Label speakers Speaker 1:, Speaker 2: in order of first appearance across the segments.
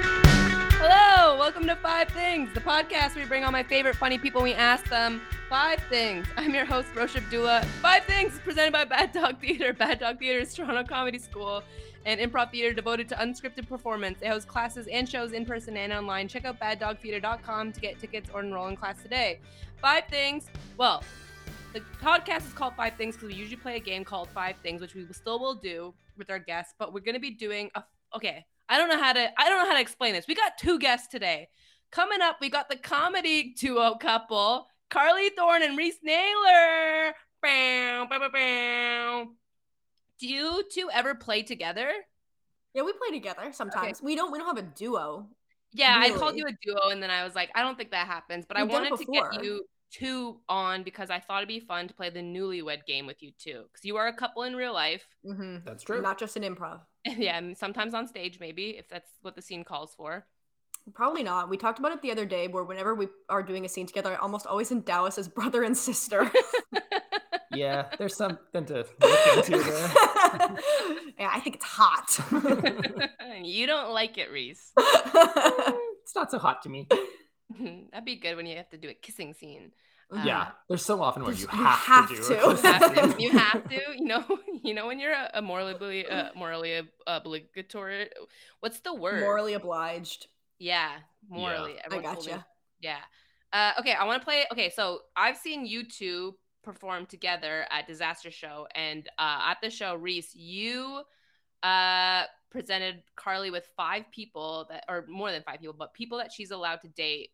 Speaker 1: Hello, welcome to Five Things, the podcast where we bring all my favorite funny people. and We ask them five things. I'm your host, Rosh Abdullah. Five Things is presented by Bad Dog Theater. Bad Dog Theater is Toronto Comedy School, an improv theater devoted to unscripted performance. They host classes and shows in person and online. Check out baddogtheater.com to get tickets or enroll in class today. Five Things. Well, the podcast is called Five Things because we usually play a game called Five Things, which we will- still will do with our guests, but we're gonna be doing a okay. I don't know how to I don't know how to explain this. We got two guests today. Coming up, we got the comedy duo couple, Carly Thorne and Reese Naylor. Bow, bow, bow, bow. Do you two ever play together?
Speaker 2: Yeah, we play together sometimes. We don't we don't have a duo.
Speaker 1: Yeah, I called you
Speaker 2: Really?
Speaker 1: a duo, and then I was like, I don't think that happens. But I
Speaker 2: We've done it
Speaker 1: wanted to get
Speaker 2: before.
Speaker 1: you two on because I thought it'd be fun to play the newlywed game with you two, because you are a couple in real life.
Speaker 2: Mm-hmm.
Speaker 3: That's true.
Speaker 2: Not just an improv.
Speaker 1: yeah, and sometimes on stage, maybe if that's what the scene calls for.
Speaker 2: Probably not. We talked about it the other day where whenever we are doing a scene together, I almost always in Dallas as brother and sister.
Speaker 3: yeah, there's something to look into there.
Speaker 2: yeah, I think it's hot.
Speaker 1: you don't like it, Reese.
Speaker 3: it's not so hot to me.
Speaker 2: Uh,
Speaker 1: That'd be good when you have to do a kissing scene. Um,
Speaker 3: yeah, there's so often where
Speaker 2: There's-
Speaker 3: you
Speaker 2: you
Speaker 3: have,
Speaker 2: have
Speaker 3: to do
Speaker 2: to.
Speaker 3: it.
Speaker 1: you have to. You have to. You know. You know when you're a, a morally uh, morally ob- obligatory. What's the word?
Speaker 2: Morally obliged.
Speaker 1: Yeah. Morally.
Speaker 2: I
Speaker 1: everyone's holding-
Speaker 2: gotcha.
Speaker 1: Yeah. Uh, okay. I want to play. Okay. So I've seen you two perform together at Disaster Show, and uh, at the show, Reese, you uh, presented Carly with five people that, or more than five people, but people that she's allowed to date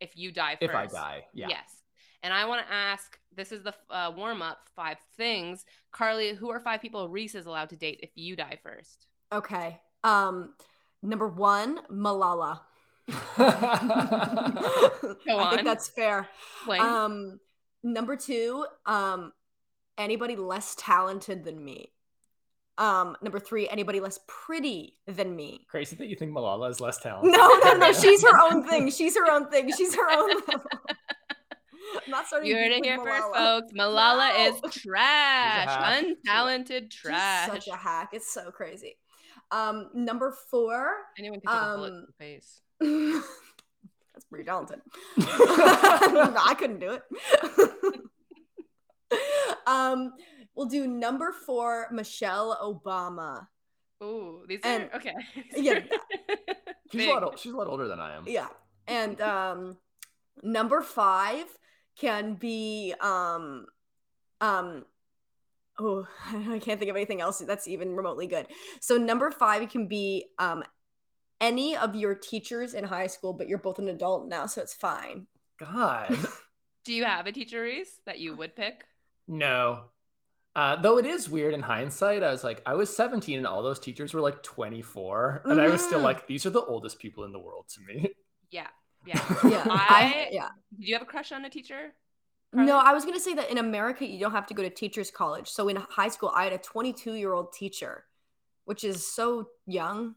Speaker 1: if you die first.
Speaker 3: If I die, yeah.
Speaker 1: Yes. And I want to ask this is the uh, warm up five things. Carly, who are five people Reese is allowed to date if you die first?
Speaker 2: Okay. Um number one, Malala.
Speaker 1: Go
Speaker 2: I
Speaker 1: on.
Speaker 2: think that's fair.
Speaker 1: Blaine?
Speaker 2: Um number two, um anybody less talented than me. Um number three, anybody less pretty than me.
Speaker 3: Crazy that you think Malala is less
Speaker 1: Oh,
Speaker 3: talented.
Speaker 2: No, no, no. She's her own thing. She's her own thing. She's her own level. I'm not starting
Speaker 1: You
Speaker 2: beef
Speaker 1: heard it
Speaker 2: with
Speaker 1: here first,
Speaker 2: Malala.
Speaker 1: folks. Malala
Speaker 2: No.
Speaker 1: is trash,
Speaker 3: hack.
Speaker 1: untalented
Speaker 2: She's
Speaker 1: trash.
Speaker 2: such a hack. It's so crazy. Um, number four.
Speaker 1: Anyone can take a bullet in
Speaker 2: Um,
Speaker 1: the face.
Speaker 2: That's pretty talented. I couldn't do it. um, we'll do number four, Michelle Obama.
Speaker 1: Ooh, these
Speaker 2: and-
Speaker 1: are okay.
Speaker 2: yeah,
Speaker 3: she's, a lot, ol- she's a lot older than I am.
Speaker 2: Yeah. And um number five can be um um oh I can't think of anything else that's even remotely good. So number five can be um any of your teachers in high school, but you're both an adult now, so it's fine.
Speaker 3: God.
Speaker 1: Do you have a teacher, Reese, that you would pick?
Speaker 3: No. Uh, though it is weird in hindsight, I was like, I was 17 and all those teachers were like 24. And I was still
Speaker 2: Mhm.
Speaker 3: like, these are the oldest people in the world to me.
Speaker 1: Yeah, yeah.
Speaker 2: Yeah.
Speaker 1: I-
Speaker 2: yeah.
Speaker 1: Do you have a crush on a teacher?
Speaker 2: No,
Speaker 1: Carly?
Speaker 2: I was gonna say that in America you don't have to go to teachers college. So in high school I had a 22 year old teacher, which is so young.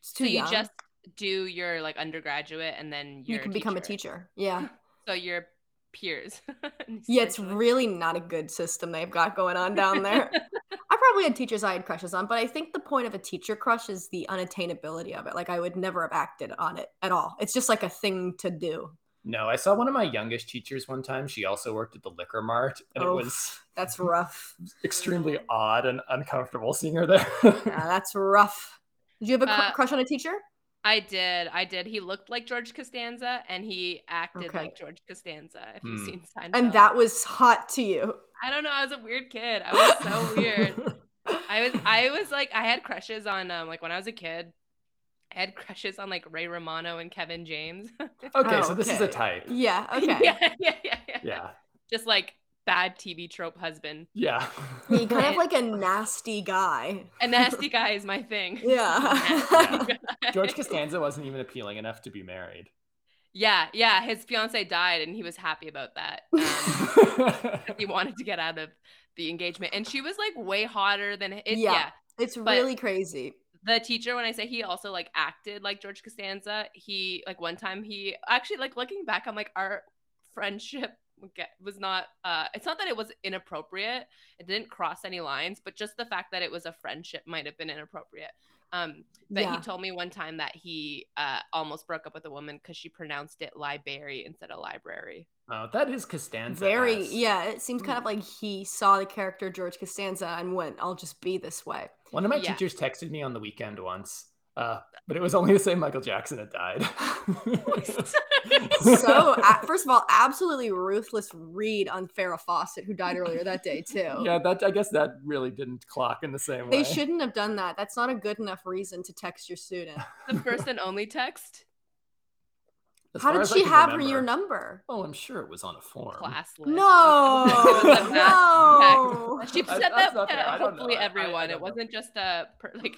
Speaker 2: It's too
Speaker 1: so you
Speaker 2: young.
Speaker 1: just do your like undergraduate and then
Speaker 2: you
Speaker 1: you're
Speaker 2: can become a teacher. Yeah.
Speaker 1: So your peers.
Speaker 2: Yeah, it's
Speaker 1: essentially.
Speaker 2: really not a good system they've got going on down there. I probably had teachers I had crushes on, but I think the point of a teacher crush is the unattainability of it. Like I would never have acted on it at all. It's just like a thing to do.
Speaker 3: No, I saw one of my youngest teachers one time. She also worked at the liquor mart, and
Speaker 2: Oh.
Speaker 3: it was
Speaker 2: That's rough.
Speaker 3: extremely odd and uncomfortable seeing her there.
Speaker 2: Yeah, that's rough. Did you have a cr-
Speaker 1: Uh,
Speaker 2: crush on a teacher?
Speaker 1: I did. I did. He looked like George Costanza and he acted
Speaker 2: Okay.
Speaker 1: like George Costanza. If you've
Speaker 3: Hmm.
Speaker 1: seen Seinfeld.
Speaker 2: And that was hot to you.
Speaker 1: I don't know. I was a weird kid. I was so weird. I was I was like I had crushes on um like when I was a kid. I had crushes on like Ray Romano and Kevin James.
Speaker 3: okay, so this is a
Speaker 2: Okay.
Speaker 3: type.
Speaker 2: Yeah. Okay.
Speaker 1: yeah, yeah, yeah, yeah.
Speaker 3: Yeah.
Speaker 1: Just like bad TV trope husband.
Speaker 3: Yeah.
Speaker 2: He kind of like a nasty guy.
Speaker 1: A nasty guy is my thing.
Speaker 2: Yeah.
Speaker 1: Nasty guy.
Speaker 3: George Costanza wasn't even appealing enough to be married.
Speaker 1: Yeah, yeah. His fiance died, and he was happy about that. Um, he wanted to get out of the engagement, and she was like way hotter than it.
Speaker 2: Yeah.
Speaker 1: yeah.
Speaker 2: it's really crazy.
Speaker 1: the teacher when i say he also like acted like george costanza he like one time he actually like looking back i'm like our friendship get- was not uh it's not that it was inappropriate it didn't cross any lines but just the fact that it was a friendship might have been inappropriate um but
Speaker 2: yeah.
Speaker 1: he told me one time that he uh almost broke up with a woman because she pronounced it library instead of library
Speaker 3: oh, that is Costanza.
Speaker 2: Very, yeah. It seems
Speaker 3: Mm.
Speaker 2: kind of like he saw the character George Costanza and went, I'll just be this way.
Speaker 3: One of my
Speaker 1: Yeah.
Speaker 3: teachers texted me on the weekend once, uh, but it was only to say Michael Jackson had died.
Speaker 2: So, a- first of all, absolutely ruthless read on Farrah Fawcett, who died earlier that day, too.
Speaker 3: yeah, that I guess that really didn't clock in the same
Speaker 2: They
Speaker 3: way.
Speaker 2: shouldn't have done that. That's not a good enough reason to text your student.
Speaker 1: the first and only text
Speaker 3: As
Speaker 2: How
Speaker 3: far
Speaker 2: did
Speaker 3: as I
Speaker 2: she
Speaker 3: can
Speaker 2: have her-
Speaker 3: remember-
Speaker 2: your number?
Speaker 3: Oh, I'm sure it was on a form.
Speaker 1: class list.
Speaker 2: No,
Speaker 1: It was a math
Speaker 2: no.
Speaker 1: text. She
Speaker 3: I-
Speaker 1: said that
Speaker 3: that's not fair.
Speaker 1: to
Speaker 3: I don't
Speaker 1: hopefully
Speaker 3: know. I- I- I
Speaker 1: everyone.
Speaker 3: don't
Speaker 1: it
Speaker 3: know.
Speaker 1: wasn't just a per, like,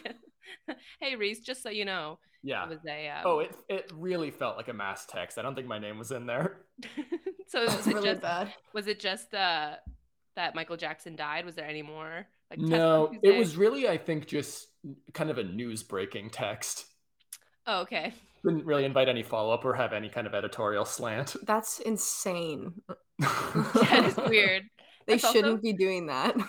Speaker 1: hey Reese, just so you know, it
Speaker 3: Yeah.
Speaker 1: was a. Um,
Speaker 3: Oh, it it really felt like a mass text. I don't think my name was in there.
Speaker 1: so was
Speaker 2: That's
Speaker 1: it
Speaker 2: really
Speaker 1: just
Speaker 2: bad.
Speaker 1: was it just uh, that Michael Jackson died? Was there any more? Like text on
Speaker 3: No, it
Speaker 1: Tuesday?
Speaker 3: was really, I think, just kind of a news breaking text.
Speaker 1: Oh, okay.
Speaker 3: Didn't really invite any follow up or have any kind of editorial slant.
Speaker 2: That's insane.
Speaker 1: That is weird.
Speaker 2: They
Speaker 1: That's also-
Speaker 2: shouldn't be doing that.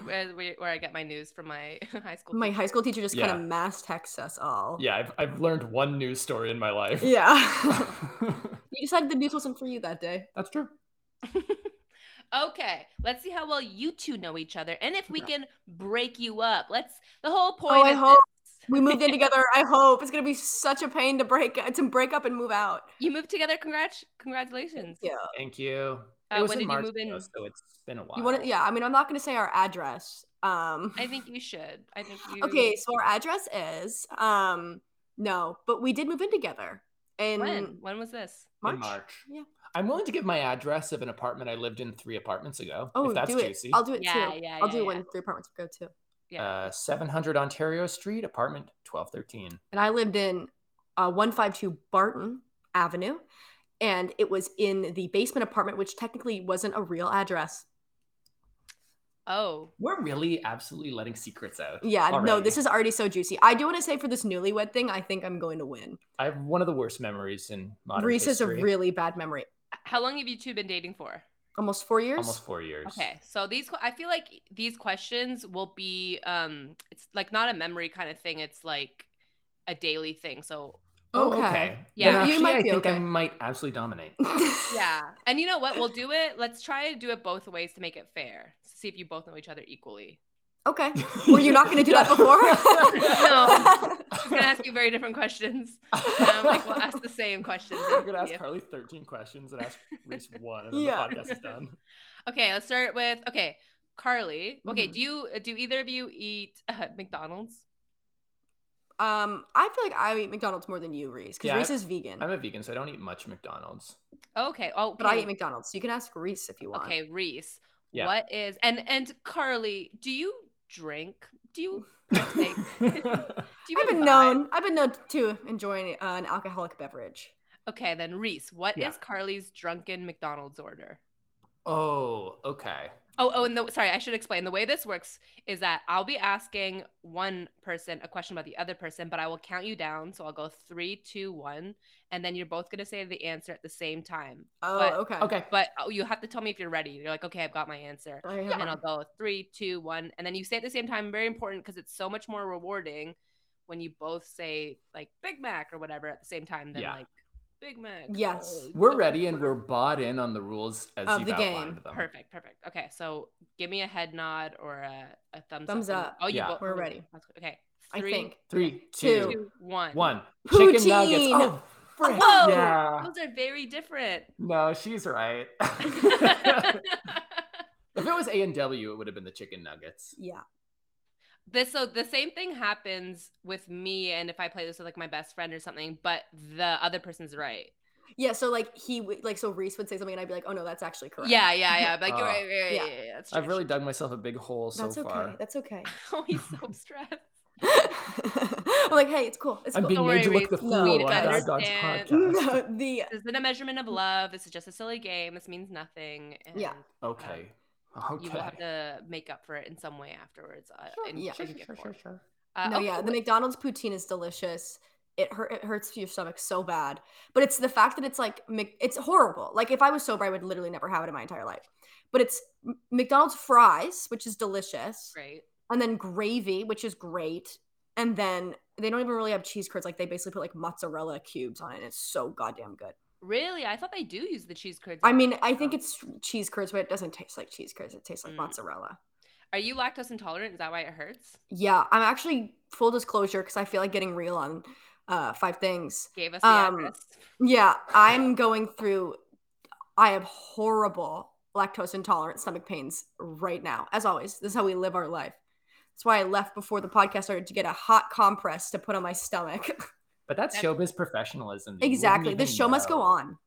Speaker 1: It's where, where where I get my news from my high school.
Speaker 2: My
Speaker 1: teacher.
Speaker 2: high school teacher just kind
Speaker 3: Yeah.
Speaker 2: of mass texts us all.
Speaker 3: Yeah, I've, I've learned one news story in my life.
Speaker 2: Yeah. you decided the news wasn't for you that day.
Speaker 3: That's true.
Speaker 1: okay, let's see how well you two know each other, and if we can break you up. Let's. The whole point.
Speaker 2: Oh, I
Speaker 1: is
Speaker 2: hope-
Speaker 1: this-
Speaker 2: We moved in together. I hope it's gonna be such a pain to break to break up and move out.
Speaker 1: you moved together. Congrats! Congratulations.
Speaker 2: Yeah.
Speaker 3: Thank you.
Speaker 1: Uh,
Speaker 3: It was
Speaker 1: when
Speaker 3: in
Speaker 1: did you
Speaker 3: March,
Speaker 1: move
Speaker 3: though,
Speaker 1: in?
Speaker 3: so it's been a while.
Speaker 2: You want to? Yeah. I mean, I'm not gonna say our address. Um.
Speaker 1: I think you should. I think you.
Speaker 2: Okay, so our address is um no, but we did move in together in
Speaker 1: When? When was this?
Speaker 2: March.
Speaker 3: In March.
Speaker 2: Yeah.
Speaker 3: I'm willing to give my address of an apartment I lived in three apartments ago.
Speaker 2: Oh,
Speaker 3: if that's
Speaker 2: do it.
Speaker 3: juicy.
Speaker 2: I'll do it
Speaker 1: Yeah,
Speaker 2: too.
Speaker 1: yeah,
Speaker 2: I'll
Speaker 1: yeah,
Speaker 2: do it
Speaker 1: yeah.
Speaker 2: when three apartments go too.
Speaker 1: Yeah.
Speaker 3: uh, 700 Ontario Street, apartment 1213.
Speaker 2: And I lived in uh, 152 Barton Avenue, and it was in the basement apartment, which technically wasn't a real address.
Speaker 1: oh,
Speaker 3: We're really absolutely letting secrets out.
Speaker 2: Yeah, no,
Speaker 3: already.
Speaker 2: this is already so juicy. I do want to say for this newlywed thing, I think I'm going to win.
Speaker 3: I have one of the worst memories in modern
Speaker 2: Reese has a
Speaker 3: history.
Speaker 2: really bad memory.
Speaker 1: how long have you two been dating for?
Speaker 2: Almost four years.
Speaker 3: almost four years.
Speaker 1: Okay, so these que- I feel like these questions will be um, it's like not a memory kind of thing. It's like a daily thing. So
Speaker 3: Oh,
Speaker 2: Okay.
Speaker 3: okay.
Speaker 1: Yeah.
Speaker 3: Then
Speaker 2: You
Speaker 3: actually,
Speaker 2: might
Speaker 3: I
Speaker 2: be
Speaker 3: think
Speaker 2: okay.
Speaker 3: I might absolutely dominate.
Speaker 1: yeah, and you know what? We'll do it. Let's try to do it both ways to make it fair. See if you both know each other equally.
Speaker 2: Okay. Um, Were you not going to do that before?
Speaker 1: No. I'm gonna ask you very different questions. Um, like we'll ask the same questions.
Speaker 3: We're gonna ask
Speaker 1: Yeah.
Speaker 3: Carly 13 questions and ask Reese one, and then
Speaker 2: Yeah.
Speaker 3: the podcast is done.
Speaker 1: Okay, let's start with okay, Carly. Okay,
Speaker 2: Mhm.
Speaker 1: do you uh, do either of you eat uh, McDonald's?
Speaker 2: Um, I feel like I eat McDonald's more than you, Reese, because
Speaker 3: Yeah,
Speaker 2: Reese is vegan.
Speaker 3: I'm a vegan, so I don't eat much McDonald's.
Speaker 1: Okay. Oh,
Speaker 2: but I
Speaker 1: okay.
Speaker 2: eat McDonald's, so you can ask Reese if you want.
Speaker 1: Okay, Reese.
Speaker 3: Yeah.
Speaker 1: What is and and Carly? Do you drink? Do you like, do you
Speaker 2: I've been
Speaker 1: vibe?
Speaker 2: known. I've been known to enjoy uh, an alcoholic beverage.
Speaker 1: Okay, then Reese. What is
Speaker 3: Yeah.
Speaker 1: Carly's drunken McDonald's order?
Speaker 3: oh, okay.
Speaker 1: Oh, oh, and the, sorry, I should explain. The way this works is that I'll be asking one person a question about the other person, but I will count you down. So I'll go three, two, one, and then you're both gonna say the answer at the same time.
Speaker 2: Oh,
Speaker 1: But-
Speaker 2: okay.
Speaker 3: Okay.
Speaker 1: But oh, you have to tell me if you're ready. You're like, okay, I've got my answer.
Speaker 2: I have
Speaker 1: and then
Speaker 2: one.
Speaker 1: I'll go three, two, one, and then you say at the same time. Very important because it's so much more rewarding when you both say like Big Mac or whatever at the same time than
Speaker 3: Yeah.
Speaker 1: like Big Mac.
Speaker 2: Yes.
Speaker 1: uh,
Speaker 3: We're ready and we're bought in on the rules as
Speaker 2: Of
Speaker 3: you've
Speaker 2: the game.
Speaker 3: outlined them.
Speaker 1: Perfect, perfect. Okay, so give me a head nod or a, a thumbs,
Speaker 2: Thumbs
Speaker 1: up.
Speaker 2: up.
Speaker 1: Oh, you
Speaker 3: Yeah.
Speaker 1: both.
Speaker 2: We're
Speaker 1: oh,
Speaker 2: ready.
Speaker 1: that's good. Okay,
Speaker 2: I
Speaker 1: three,
Speaker 2: think.
Speaker 3: Three,
Speaker 2: Two.
Speaker 3: two,
Speaker 1: two, one.
Speaker 3: one.
Speaker 2: Poutine!
Speaker 3: Chicken nuggets. Oh, frick.
Speaker 1: Whoa!
Speaker 3: Yeah.
Speaker 1: Those are very different.
Speaker 3: No, she's right. if
Speaker 1: this
Speaker 3: it was A and W, it would have been the chicken nuggets.
Speaker 2: Yeah.
Speaker 1: so the same thing happens with me, and if I play this with like my best friend or something, but the other person's right.
Speaker 2: yeah, so like he would like so Reese would say something and I'd be like, oh no, that's actually correct. Uh,
Speaker 1: Yeah, yeah, yeah. Like,
Speaker 3: Oh.
Speaker 1: you're right, right, right,
Speaker 2: Yeah.
Speaker 1: yeah. yeah, yeah, that's
Speaker 3: I've
Speaker 1: true.
Speaker 3: really dug myself a big hole so
Speaker 2: That's okay.
Speaker 3: far.
Speaker 2: That's okay.
Speaker 1: Oh, he's so stressed.
Speaker 2: I'm like, hey, it's cool. It's
Speaker 3: I'm
Speaker 2: cool.
Speaker 3: being
Speaker 1: Don't
Speaker 3: made to
Speaker 1: worry,
Speaker 3: look the
Speaker 2: Reese. No,
Speaker 3: fool on
Speaker 2: I
Speaker 3: Bad Dog's
Speaker 1: understand.
Speaker 3: podcast.
Speaker 2: no, the
Speaker 1: This isn't a measurement of love. This is just a silly game. This means nothing. And
Speaker 2: Yeah.
Speaker 3: Okay.
Speaker 1: You will have uh,
Speaker 3: Okay.
Speaker 1: to make up for it in some way afterwards. Uh, in,
Speaker 2: yeah.
Speaker 1: in gift form. Uh,
Speaker 2: no,
Speaker 1: okay,
Speaker 2: yeah, the
Speaker 1: wait,
Speaker 2: McDonald's poutine is delicious. It hurt. It hurts your stomach so bad, but it's the fact that it's like Mc- it's horrible. Like if I was sober, I would literally never have it in my entire life. But it's M- McDonald's fries, which is delicious,
Speaker 1: great.
Speaker 2: and then gravy, which is great, and then they don't even really have cheese curds. Like they basically put like mozzarella cubes on it. And it's so goddamn good.
Speaker 1: Really, I thought they do use the cheese curds.
Speaker 2: I
Speaker 1: in
Speaker 2: mean,
Speaker 1: it.
Speaker 2: I think it's cheese curds, but it doesn't taste like cheese curds. It tastes like
Speaker 1: Mm.
Speaker 2: mozzarella.
Speaker 1: Are you lactose intolerant? Is that why it hurts?
Speaker 2: Yeah, I'm actually full disclosure because I feel like getting real on uh, five things.
Speaker 1: Gave us the
Speaker 2: Um,
Speaker 1: address.
Speaker 2: Yeah, I'm going through. I have horrible lactose intolerant stomach pains right now. As always, this is how we live our life. That's why I left before the podcast started to get a hot compress to put on my stomach.
Speaker 3: But that's
Speaker 1: That's-
Speaker 3: showbiz professionalism. You wouldn't
Speaker 2: exactly. This
Speaker 3: even
Speaker 2: show must go
Speaker 3: know.
Speaker 2: on.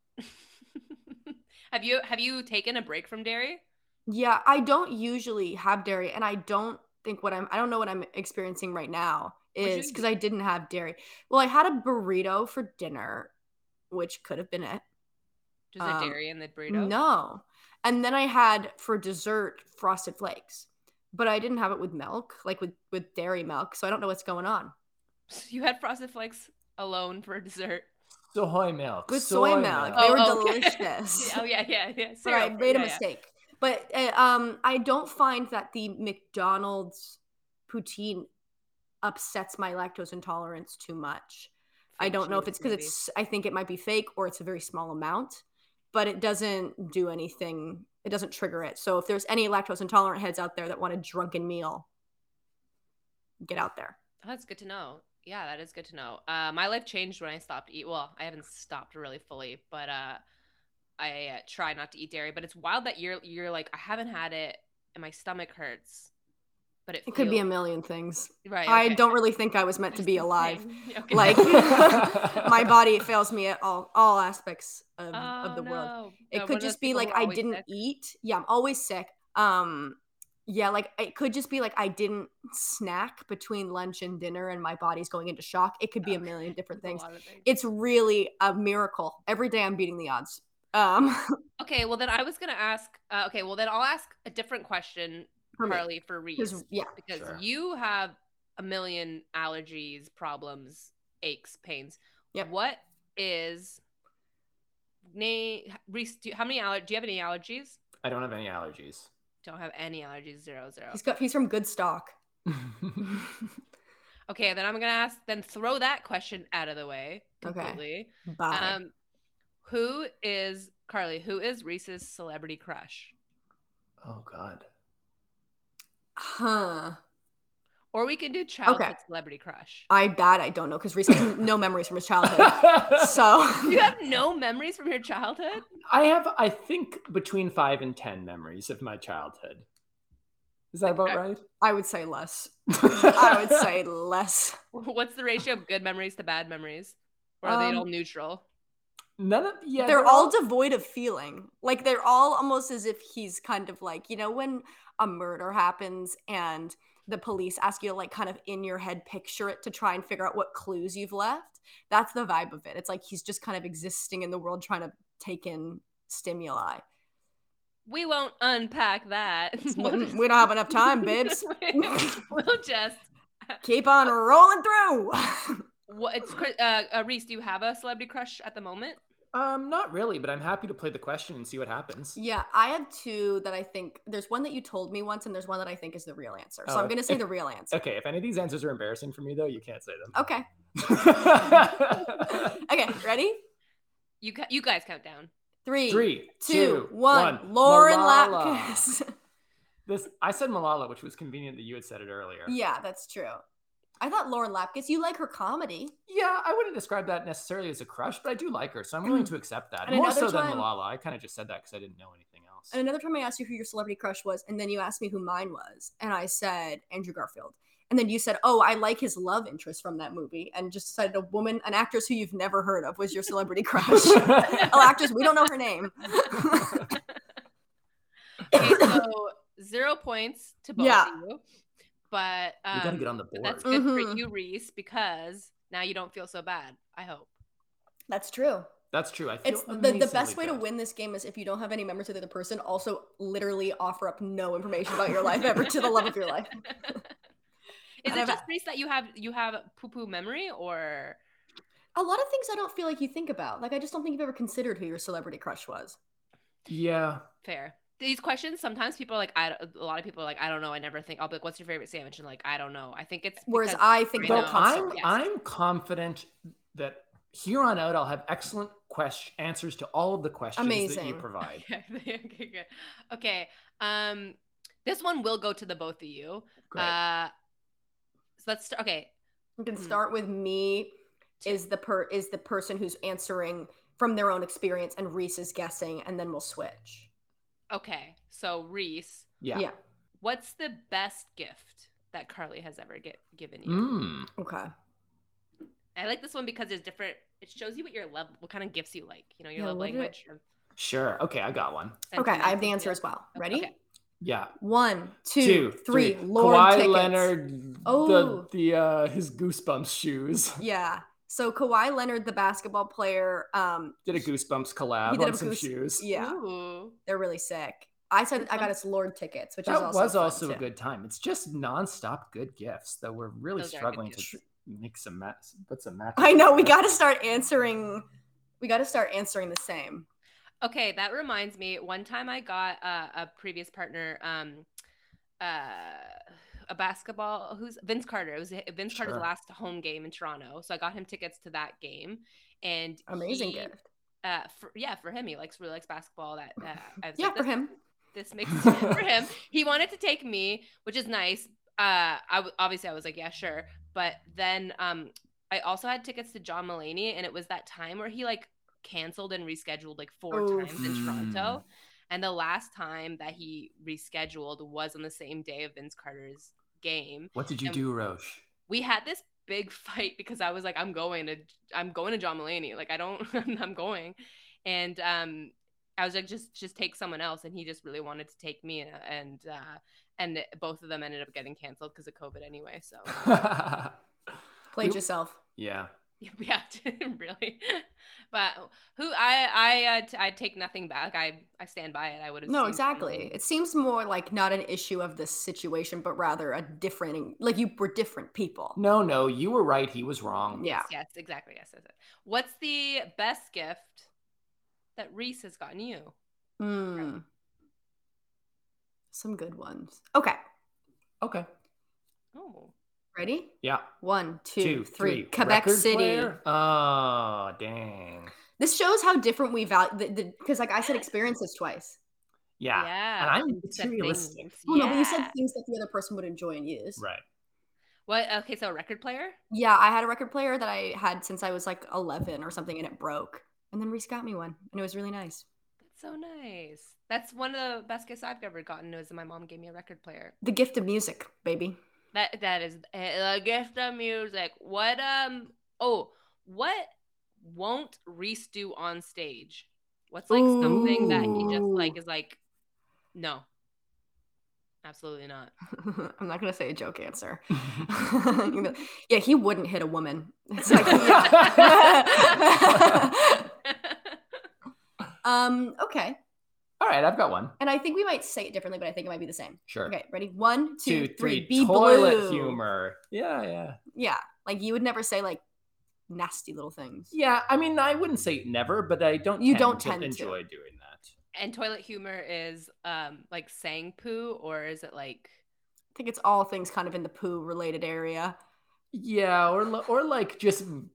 Speaker 1: have you have you taken a break from dairy?
Speaker 2: Yeah, I don't usually have dairy, and I don't think what I'm. I don't know what I'm experiencing right now
Speaker 1: What'd you
Speaker 2: is because I didn't have dairy. Well, I had a burrito for dinner, which could have been it.
Speaker 1: Just
Speaker 2: Um,
Speaker 1: a dairy in the burrito.
Speaker 2: No. And then I had for dessert frosted flakes, but I didn't have it with milk, like with with dairy milk. So I don't know what's going on.
Speaker 1: You had frosted flakes alone for dessert.
Speaker 3: Soy milk.
Speaker 2: With
Speaker 3: soy,
Speaker 2: soy milk,
Speaker 1: Oh,
Speaker 2: they were
Speaker 1: okay.
Speaker 2: delicious.
Speaker 1: oh yeah, yeah, yeah.
Speaker 2: But I
Speaker 1: cereal,
Speaker 2: made a
Speaker 1: yeah, yeah.
Speaker 2: mistake. But uh, um, I don't find that the McDonald's poutine upsets my lactose intolerance too much. I
Speaker 1: Fake
Speaker 2: don't know if
Speaker 1: cheese,
Speaker 2: it's because
Speaker 1: maybe.
Speaker 2: it's. I think it might be fake or it's a very small amount, but it doesn't do anything. It doesn't trigger it. So if there's any lactose intolerant heads out there that want a drunken meal, get out there.
Speaker 1: Oh, that's good to know. Yeah, that is good to know. Uh, my life changed when I stopped eat. Well, I haven't stopped really fully, but uh, I uh, try not to eat dairy. But it's wild that you're you're like I haven't had it and my stomach hurts. But it,
Speaker 2: It could be a
Speaker 1: feels-
Speaker 2: million things.
Speaker 1: right.
Speaker 2: I
Speaker 1: okay.
Speaker 2: don't really think I was meant to be alive.
Speaker 1: Okay.
Speaker 2: Like my body fails me at all all aspects of, of
Speaker 1: Oh,
Speaker 2: the world.
Speaker 1: no.
Speaker 2: It
Speaker 1: No, one
Speaker 2: could
Speaker 1: of those
Speaker 2: just be
Speaker 1: people
Speaker 2: like
Speaker 1: who are
Speaker 2: I
Speaker 1: always
Speaker 2: didn't
Speaker 1: sick.
Speaker 2: eat. Yeah, I'm always sick. Um yeah, like it could just be like I didn't snack between lunch and dinner and my body's going into shock. It could be a
Speaker 1: Okay.
Speaker 2: million different
Speaker 1: There's a
Speaker 2: things.
Speaker 1: lot of things.
Speaker 2: It's really a miracle. Every day I'm beating the odds. Um
Speaker 1: Okay, well then I was gonna ask. Uh, okay, well then I'll ask a different question,
Speaker 2: for me,
Speaker 1: Carly, for Reese,
Speaker 2: 'cause- yeah.
Speaker 1: because
Speaker 3: Sure.
Speaker 1: you have a million allergies, problems, aches, pains.
Speaker 2: Yep.
Speaker 1: What is name Reese? Do you, how many aller- Do you have any allergies?
Speaker 3: I don't have any allergies.
Speaker 1: Don't have any allergies. Zero zero.
Speaker 2: He's got he's from good stock.
Speaker 1: Okay, then I'm gonna ask. Then throw that question out of the way
Speaker 2: Okay.
Speaker 1: completely.
Speaker 2: Bye.
Speaker 1: Um, who is Carly? Who is Reese's celebrity crush?
Speaker 3: oh God.
Speaker 2: huh.
Speaker 1: Or we can do childhood celebrity crush.
Speaker 2: I that I don't know because Reese has no memories from his childhood.
Speaker 3: I
Speaker 2: So
Speaker 1: you have no memories from your childhood?
Speaker 3: have, I think, between five and ten memories of my childhood. Is that about right?
Speaker 2: I would say less. I would say less.
Speaker 1: What's the ratio of good memories to bad memories? Or are they all
Speaker 2: Um,
Speaker 1: neutral?
Speaker 3: none of. Yeah,
Speaker 2: they're all devoid of feeling. Like they're all almost as if he's kind of like, you know, when a murder happens and the police ask you to like kind of in your head picture it to try and figure out what clues you've left. That's the vibe of it. It's like he's just kind of existing in the world trying to take in stimuli.
Speaker 1: We won't unpack that. We'll
Speaker 2: Mm,
Speaker 1: just-
Speaker 2: we don't have enough time, babes.
Speaker 1: we'll just.
Speaker 2: Keep on rolling through.
Speaker 1: What, it's, cr- uh, uh, Reese, do you have a celebrity crush at the moment?
Speaker 3: Um, not really, but I'm happy to play the question and see what happens.
Speaker 2: yeah, I have two that I think there's one that you told me once and there's one that I think is the real answer. So
Speaker 3: Oh,
Speaker 2: I'm going to say
Speaker 3: if-
Speaker 2: the real answer.
Speaker 3: Okay, if any of these answers are embarrassing for me, though, you can't say them.
Speaker 2: Okay. Okay, ready?
Speaker 1: You ca- you guys count down.
Speaker 2: Three,
Speaker 3: Three,
Speaker 2: two,
Speaker 3: two,
Speaker 2: one.
Speaker 3: one.
Speaker 2: Lauren
Speaker 3: Malala.
Speaker 2: Lapkus.
Speaker 3: This I said Malala, which was convenient that you had said it earlier.
Speaker 2: yeah, that's true. I thought Lauren Lapkus. You like her comedy.
Speaker 3: Yeah, I wouldn't describe that necessarily as a crush, but I do like her, so I'm willing to accept that.
Speaker 2: And
Speaker 3: More
Speaker 2: another
Speaker 3: so
Speaker 2: time-
Speaker 3: than Malala. I kind of just said that because I didn't know anything else.
Speaker 2: And another time I asked you who your celebrity crush was, and then you asked me who mine was, and I said Andrew Garfield. And then you said, "Oh, I like his love interest from that movie," and just decided a woman, an actress who you've never heard of, was your celebrity crush. oh, actress, we don't know her name.
Speaker 1: Okay, so zero points to both
Speaker 2: Yeah.
Speaker 1: of you. But um,
Speaker 3: we gotta get on the
Speaker 1: but
Speaker 3: board.
Speaker 1: that's good for
Speaker 2: Mhm.
Speaker 1: you, Reese, because now you don't feel so bad. I hope.
Speaker 2: That's true.
Speaker 3: That's true. I feel
Speaker 2: It's the, the
Speaker 3: amazingly
Speaker 2: best way to
Speaker 3: good.
Speaker 2: win this game is if you don't have any members of the other person, also literally offer up no information about your life ever to the love of your life.
Speaker 1: Is
Speaker 2: And
Speaker 1: it
Speaker 2: I've-
Speaker 1: just Reese that you have you have poo poo memory or
Speaker 2: A lot of things I don't feel like you think about. Like I just don't think you've ever considered who your celebrity crush was.
Speaker 3: Yeah.
Speaker 1: fair? These questions sometimes people are like I don't- a lot of people are like I don't know I never think I'll be like what's your favorite sandwich and like I don't know I think it's
Speaker 2: Whereas
Speaker 1: because-
Speaker 2: I think
Speaker 1: I
Speaker 3: Though
Speaker 2: about
Speaker 1: know.
Speaker 3: I'm
Speaker 2: constantly.
Speaker 1: Yes.
Speaker 3: I'm confident that here on out I'll have excellent question answers to all of the questions that you
Speaker 2: Amazing.
Speaker 3: provide.
Speaker 1: okay, okay good okay um this one will go to the both of you
Speaker 3: Great.
Speaker 1: uh so let's start okay
Speaker 2: You can
Speaker 1: Hmm.
Speaker 2: start with me is the per is the person who's answering from their own experience and Reese is guessing and then we'll switch.
Speaker 1: okay so Reese
Speaker 3: yeah.
Speaker 2: yeah.
Speaker 1: What's the best gift that Carly has ever get, given you?
Speaker 3: Mm.
Speaker 2: Okay.
Speaker 1: I like this one because there's different. It shows you what your love, what kind of gifts you like. You know, your
Speaker 2: Yeah,
Speaker 1: love
Speaker 2: what are-
Speaker 1: language. um,
Speaker 3: Sure. Okay, I got one.
Speaker 2: Okay, I have
Speaker 1: sentiments,
Speaker 2: the answer
Speaker 1: yeah.
Speaker 2: as well.
Speaker 1: Okay,
Speaker 2: Ready?
Speaker 1: okay.
Speaker 3: Yeah.
Speaker 2: One,
Speaker 3: Two,
Speaker 2: two, three. Lord
Speaker 3: Kawhi
Speaker 2: tickets.
Speaker 3: Leonard.
Speaker 2: Oh.
Speaker 3: The the uh, his goosebumps shoes
Speaker 2: Yeah. So Kawhi Leonard, the basketball player, um,
Speaker 3: did a goosebumps collab
Speaker 2: He did
Speaker 3: on
Speaker 2: a
Speaker 3: some
Speaker 2: goose-
Speaker 3: shoes.
Speaker 1: Mm-hmm.
Speaker 2: yeah,
Speaker 1: Ooh.
Speaker 2: they're really sick. I said I got
Speaker 1: Mhm.
Speaker 2: us Lord tickets, which is
Speaker 3: That
Speaker 2: also
Speaker 3: was
Speaker 2: fun,
Speaker 3: also a
Speaker 2: too.
Speaker 3: good time. It's just nonstop good gifts that we're really
Speaker 1: Those are good
Speaker 3: struggling to
Speaker 1: gifts.
Speaker 3: tr- make some match. Put some match.
Speaker 2: I know we got to start answering. We got to start answering the same.
Speaker 1: Okay, that reminds me. One time I got uh, a previous partner, um, uh, a basketball. Who's Vince Carter? It was Vince Carter's
Speaker 3: Sure.
Speaker 1: last home game in Toronto, so I got him tickets to that game. And
Speaker 2: Amazing
Speaker 1: he,
Speaker 2: gift.
Speaker 1: Uh, for, yeah, for him, he likes really likes basketball. That uh, I was
Speaker 2: Yeah,
Speaker 1: like,
Speaker 2: for
Speaker 1: "This-
Speaker 2: him.
Speaker 1: this makes sense for him. He wanted to take me, which is nice. Uh, I w- obviously I was like, yeah, sure. But then um, I also had tickets to John Mulaney, and it was that time where he like canceled and rescheduled like four
Speaker 2: Oof.
Speaker 1: times in
Speaker 3: Mm.
Speaker 1: Toronto. And the last time that he rescheduled was on the same day of Vince Carter's game.
Speaker 3: What did you
Speaker 1: Um,
Speaker 3: do, Roche?
Speaker 1: We had this big fight because I was like, I'm going to, I'm going to John Mulaney. Like I don't, I'm going. And um, I was like, just, just take someone else. And he just really wanted to take me, and and uh, and it- both of them ended up getting canceled because of COVID anyway. So
Speaker 2: Played
Speaker 3: We-
Speaker 2: yourself.
Speaker 3: yeah.
Speaker 1: yeah, really. But who I I uh, t- I take nothing back. I I stand by it. I would have
Speaker 2: No, exactly. It seems more like not an issue of this situation, but rather a different. Like you were different people.
Speaker 3: No, no, you were right. He was wrong.
Speaker 2: Yeah.
Speaker 1: Yes, exactly. Yes, yes, yes. What's the best gift that Reese has gotten you?
Speaker 2: Hmm. Some good ones. Okay.
Speaker 3: Okay.
Speaker 1: Oh.
Speaker 2: Ready?
Speaker 3: Yeah.
Speaker 2: One, two, three. Quebec
Speaker 3: Record
Speaker 2: City.
Speaker 3: player? Oh, dang.
Speaker 2: This shows how different we value because, like I said, experiences twice.
Speaker 3: Yeah.
Speaker 1: Yeah.
Speaker 3: And I'm
Speaker 1: you said
Speaker 3: materialistic.
Speaker 1: things.
Speaker 2: Oh, no, but you
Speaker 1: Yeah.
Speaker 2: said things that the other person would enjoy and use.
Speaker 3: Right.
Speaker 1: what? Okay, so a record player.
Speaker 2: Yeah, I had a record player that I had since I was like 11 or something, and it broke. And then Reese got me one, and it was really nice.
Speaker 1: That's so nice. That's one of the best gifts I've ever gotten. Was that my mom gave me a record player.
Speaker 2: The gift of music, baby.
Speaker 1: That that is a gift of music. What um oh what won't Reese do on stage? What's like something that he just like
Speaker 2: Ooh.
Speaker 1: is like no, absolutely not.
Speaker 2: I'm not gonna say a joke answer. You know, yeah, he wouldn't hit a woman. It's like, um, okay.
Speaker 3: All right. I've got one.
Speaker 2: And I think we might say it differently, but I think it might be the same.
Speaker 3: Sure.
Speaker 2: Okay, ready? One,
Speaker 3: Two,
Speaker 2: two,
Speaker 3: three.
Speaker 2: Be
Speaker 3: Toilet
Speaker 2: blue.
Speaker 3: humor. Yeah, yeah.
Speaker 2: Yeah, like you would never say like nasty little things.
Speaker 3: Yeah. I mean, I wouldn't say never, but I don't.
Speaker 2: You don't tend to.
Speaker 3: enjoy doing that.
Speaker 1: and toilet humor is um like saying poo or is it like
Speaker 2: I think it's all things kind of in the poo related area.
Speaker 3: Yeah, or li- or like just l-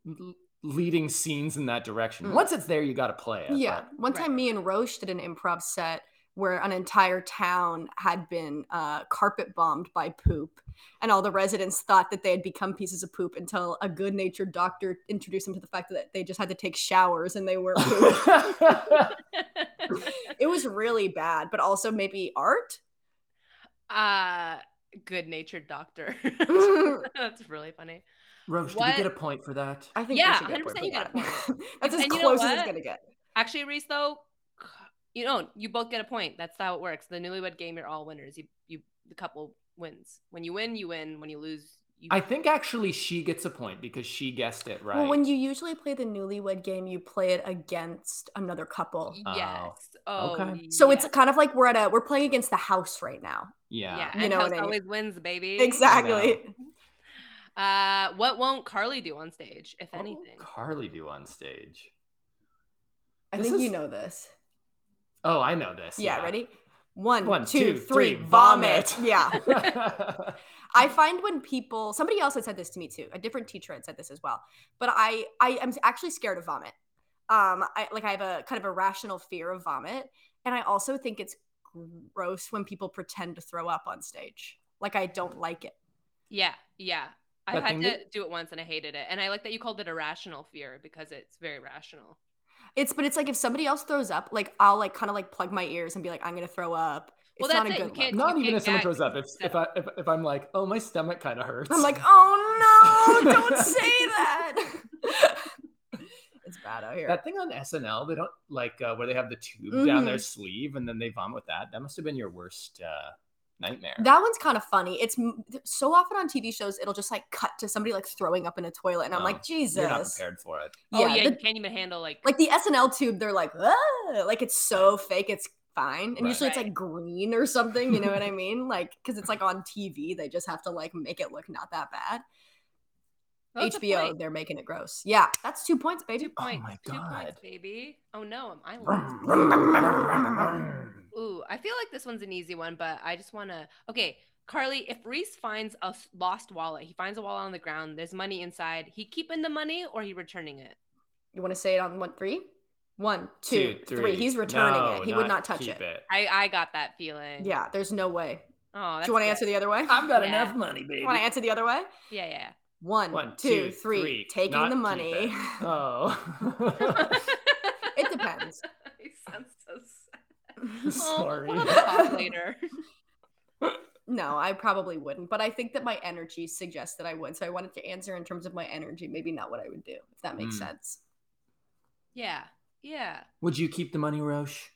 Speaker 3: leading scenes in that direction.
Speaker 2: Mm.
Speaker 3: Once it's there, you got to play it.
Speaker 2: Yeah. One
Speaker 1: Right.
Speaker 2: time, me and Roche did an improv set where an entire town had been uh, carpet bombed by poop, and all the residents thought that they had become pieces of poop until a good natured doctor introduced them to the fact that they just had to take showers and they were poop.
Speaker 3: but-
Speaker 2: it was really bad, but also maybe art.
Speaker 1: uh good natured doctor. That's really funny.
Speaker 3: Roche, did
Speaker 1: What-
Speaker 3: we get a point for that?
Speaker 2: I think
Speaker 1: Yeah,
Speaker 2: we should get a
Speaker 1: 100%
Speaker 2: point for
Speaker 1: you got a
Speaker 2: that. That's as
Speaker 1: And you know
Speaker 2: close as it's
Speaker 1: what?
Speaker 2: gonna get.
Speaker 1: Actually, Reese, though, you know, you both get a point. That's how it works. The newlywed game, you're all winners. You, you, the couple wins. When you win, you win. When you lose, you.
Speaker 3: I think actually she gets a point because she guessed it right.
Speaker 2: Well, when you usually play the newlywed game, you play it against another couple.
Speaker 1: yes. Oh.
Speaker 3: okay.
Speaker 2: So
Speaker 1: yes.
Speaker 2: it's kind of like we're at a we're playing against the house right now.
Speaker 3: yeah.
Speaker 1: yeah.
Speaker 2: you
Speaker 1: and
Speaker 2: know
Speaker 1: house
Speaker 2: what I mean.
Speaker 1: always wins, baby.
Speaker 2: Exactly.
Speaker 1: Uh, what won't Carly do on stage, if
Speaker 2: Oh,
Speaker 3: What will
Speaker 1: anything?
Speaker 3: Carly do on stage?
Speaker 2: I
Speaker 3: This
Speaker 2: think you
Speaker 3: is-
Speaker 2: know this.
Speaker 3: Oh, I know this.
Speaker 2: Yeah, ready? One,
Speaker 3: One,
Speaker 2: two,
Speaker 3: two,
Speaker 2: three,
Speaker 3: three,
Speaker 2: vomit.
Speaker 3: vomit.
Speaker 2: Yeah.
Speaker 3: yeah.
Speaker 2: I find when people somebody else had said this to me too. A different teacher had said this as well. But I I am actually scared of vomit. Um I like I have a kind of a rational fear of vomit and I also think it's gross when people pretend to throw up on stage. Like I don't like it.
Speaker 1: Yeah, yeah. I've
Speaker 3: That
Speaker 1: had
Speaker 3: thing
Speaker 1: to
Speaker 3: that-
Speaker 1: do it once and I hated it. And I like that you called it a rational fear because it's very rational.
Speaker 2: It's but it's like if somebody else throws up, like I'll like kind of like plug my ears and be like I'm going to throw up. It's
Speaker 1: Well,
Speaker 2: not a
Speaker 1: that's it. You
Speaker 2: good look.
Speaker 1: can't
Speaker 3: Not
Speaker 1: You
Speaker 3: even if someone
Speaker 1: gag.
Speaker 3: throws up. If, if, I, if, if I'm like, oh, my stomach kind of hurts.
Speaker 2: I'm like, oh no, don't say that. it's bad out here.
Speaker 3: that thing on SNL, they don't like uh, where they have the tube down their
Speaker 2: Mhm.
Speaker 3: sleeve and then they vomit with that. That must have been your worst uh, nightmare.
Speaker 2: That one's kind of funny. It's m- so often on TV shows, it'll just like cut to somebody like throwing up in a toilet, and I'm
Speaker 3: Oh,
Speaker 2: like, Jesus.
Speaker 3: You're not prepared for it.
Speaker 2: Yeah,
Speaker 1: oh, yeah.
Speaker 2: the-
Speaker 1: you can't even handle like,
Speaker 2: like the SNL tube, they're like, "Ah," like it's so fake, it's fine, and
Speaker 3: Right.
Speaker 2: usually it's
Speaker 1: Right.
Speaker 2: like green or something. You know what I mean? Like because it's like on TV, they just have to like make it look not that bad.
Speaker 1: Oh, that's a
Speaker 2: HBO,
Speaker 1: point.
Speaker 2: they're making it gross. Yeah, that's two points, baby.
Speaker 1: Two points.
Speaker 3: Oh my
Speaker 1: two points,
Speaker 3: God.
Speaker 1: baby. Oh no, am I lost? Ooh, I feel like this one's an easy one, but I just want to. Okay, Carly, if Reese finds a s- lost wallet, he finds a wallet on the ground. There's money inside. He keeping the money or he returning it?
Speaker 2: You want to say it on one, three? One, two, three. He's returning
Speaker 3: No,
Speaker 2: it. He would not touch
Speaker 3: keep
Speaker 2: it.
Speaker 1: I I got that feeling.
Speaker 2: Yeah, there's no way.
Speaker 1: Oh, that's
Speaker 2: Do you want to
Speaker 1: good.
Speaker 2: answer the other way?
Speaker 3: I've got
Speaker 1: Yeah.
Speaker 3: enough money, baby.
Speaker 2: Want to answer the other way?
Speaker 1: Yeah, yeah.
Speaker 2: One,
Speaker 3: One,
Speaker 2: two, three.
Speaker 3: two, three.
Speaker 2: Taking
Speaker 3: Not
Speaker 2: the
Speaker 3: keep
Speaker 2: money.
Speaker 3: it. Oh.
Speaker 2: It depends.
Speaker 1: he sounds so sad.
Speaker 3: Sorry.
Speaker 1: Oh, we'll have to talk later.
Speaker 2: no, I probably wouldn't, but I think that my energy suggests that I would. So I wanted to answer in terms of my energy, maybe not what I would do, if that makes
Speaker 3: Mm.
Speaker 2: sense.
Speaker 1: Yeah, yeah.
Speaker 3: Would you keep the money, Roche?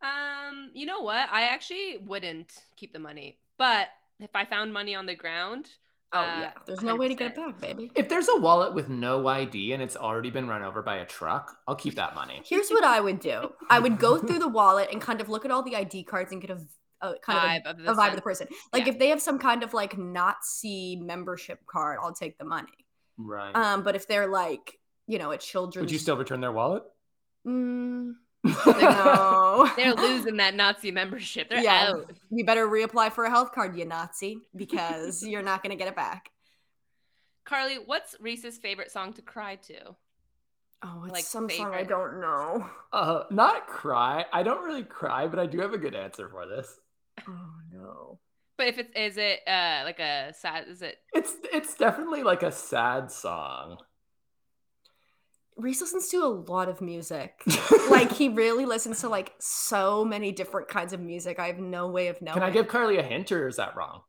Speaker 1: Um, you know what? I actually wouldn't keep the money, but if I found money on the ground,
Speaker 2: Oh,
Speaker 1: uh,
Speaker 2: yeah. There's no way to get
Speaker 1: 100%.
Speaker 2: it back, baby.
Speaker 3: If there's a wallet with no ID and it's already been run over by a truck, I'll keep that money.
Speaker 2: Here's what I would do I would go through the wallet and kind of look at all the ID cards and get a, a kind of a
Speaker 1: vibe of the
Speaker 2: a vibe of
Speaker 1: sun.
Speaker 2: the person. Like
Speaker 1: Yeah.
Speaker 2: if they have some kind of like Nazi membership card, I'll take the money.
Speaker 3: Right.
Speaker 1: Mm.
Speaker 2: Um, but if they're like, you know, a children's,
Speaker 3: Would you still return their wallet?
Speaker 2: Mm, no,
Speaker 1: They're losing that Nazi membership. They're
Speaker 2: Yeah.
Speaker 1: out.
Speaker 2: You better reapply for a health card, you Nazi, because you're not gonna get it back.
Speaker 1: Carly, what's Reese's favorite song to cry to?
Speaker 2: Oh, it's
Speaker 1: Like,
Speaker 2: some song I
Speaker 1: favorite.
Speaker 2: don't know.
Speaker 3: Uh, not cry. I don't really cry, but I do have a good answer for this.
Speaker 2: Oh no.
Speaker 1: But if it's is it uh like a sad is it
Speaker 3: It's it's definitely like a sad song.
Speaker 2: Reese listens to a lot of music. like he really listens to like so many different kinds of music. I have no way of knowing.
Speaker 3: Can I give Carly a hint, or is that wrong?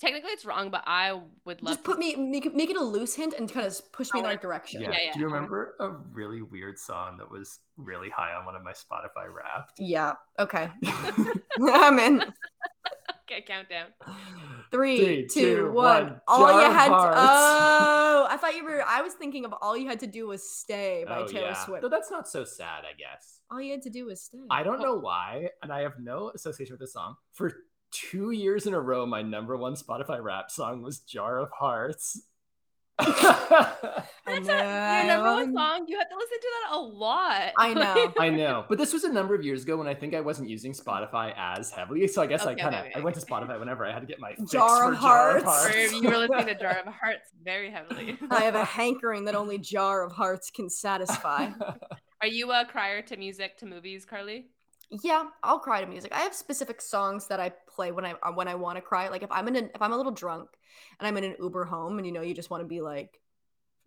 Speaker 1: technically it's wrong, but I would love
Speaker 2: Just put me make, it- make it a loose hint and kind of push me in the right direction.
Speaker 1: Yeah, yeah.
Speaker 3: Do you remember a really weird song that was really high on one of my Spotify Wrapped?
Speaker 2: Yeah. Okay. I'm in.
Speaker 1: okay, countdown.
Speaker 2: Three,
Speaker 3: Three,
Speaker 2: two,
Speaker 3: two,
Speaker 2: one.
Speaker 3: one.
Speaker 2: All you
Speaker 3: Jar of
Speaker 2: had. To,
Speaker 3: Hearts.
Speaker 2: oh, I thought you were. I was thinking of all you had to do was stay by
Speaker 3: Oh,
Speaker 2: Taylor
Speaker 3: yeah.
Speaker 2: Swift.
Speaker 3: Though that's not so sad, I guess.
Speaker 2: All you had to do was stay.
Speaker 3: I
Speaker 1: Oh.
Speaker 3: don't know why, and I have no association with this song. For two years in a row, my number one Spotify rap song was Jar of Hearts. I
Speaker 2: I
Speaker 1: That's not your number one
Speaker 2: know.
Speaker 1: song. You have to listen to that a lot.
Speaker 2: I know.
Speaker 3: know, but this was a number of years ago when I think I wasn't using Spotify as heavily, so I guess I
Speaker 1: Okay,
Speaker 3: kind of
Speaker 1: okay,
Speaker 3: I
Speaker 1: okay.
Speaker 3: went to Spotify whenever I had to get my fix
Speaker 2: Jar
Speaker 3: for
Speaker 2: of
Speaker 3: Jar
Speaker 2: Hearts.
Speaker 3: of Hearts.
Speaker 1: or if you were listening to Jar of Hearts very heavily.
Speaker 2: I have a hankering that only Jar of Hearts can satisfy.
Speaker 1: Are you a crier to music to movies, Carly?
Speaker 2: yeah, I'll cry to music. I have specific songs that I play when I uh, when I want to cry. Like if I'm in an, if I'm a little drunk and I'm in an Uber home, and you know you just want to be like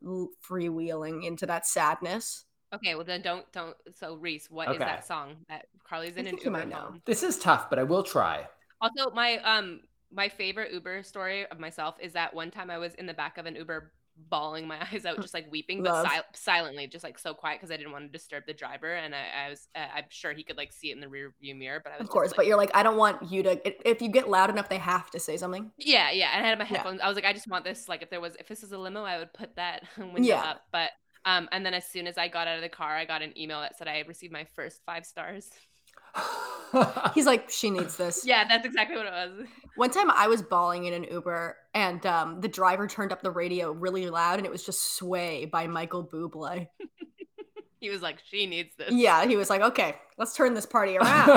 Speaker 2: l- freewheeling into that sadness.
Speaker 1: Okay, well then don't don't. So Reese, what is
Speaker 3: Okay.
Speaker 1: that song that Carly's
Speaker 2: I
Speaker 1: in an
Speaker 2: think you
Speaker 1: Uber
Speaker 2: might know.
Speaker 1: home?
Speaker 3: This is tough, but I will try.
Speaker 1: Also, my um my favorite Uber story of myself is that one time I was in the back of an Uber bawling my eyes out, just like weeping, but
Speaker 2: Love.
Speaker 1: sil- silently, just like so quiet because I didn't want to disturb the driver. And I, I was, uh, I'm sure he could like see it in the rear view mirror, but I was
Speaker 2: Of
Speaker 1: just,
Speaker 2: course,
Speaker 1: like-
Speaker 2: but you're like, I don't want you to. i- If you get loud enough, they have to say something.
Speaker 1: Yeah, yeah. And I had my
Speaker 2: Yeah.
Speaker 1: headphones. I was like, I just want this. Like, if there was, if this is a limo, I would put that window
Speaker 2: Yeah.
Speaker 1: up. But, um, and then as soon as I got out of the car, I got an email that said I had received my first five stars.
Speaker 2: He's like, she needs this.
Speaker 1: yeah, that's exactly what it was.
Speaker 2: One time I was bawling in an Uber and um, the driver turned up the radio really loud and it was just Sway by Michael Bublé.
Speaker 1: He was like, she needs this.
Speaker 2: Yeah, he was like, okay, let's turn this party around.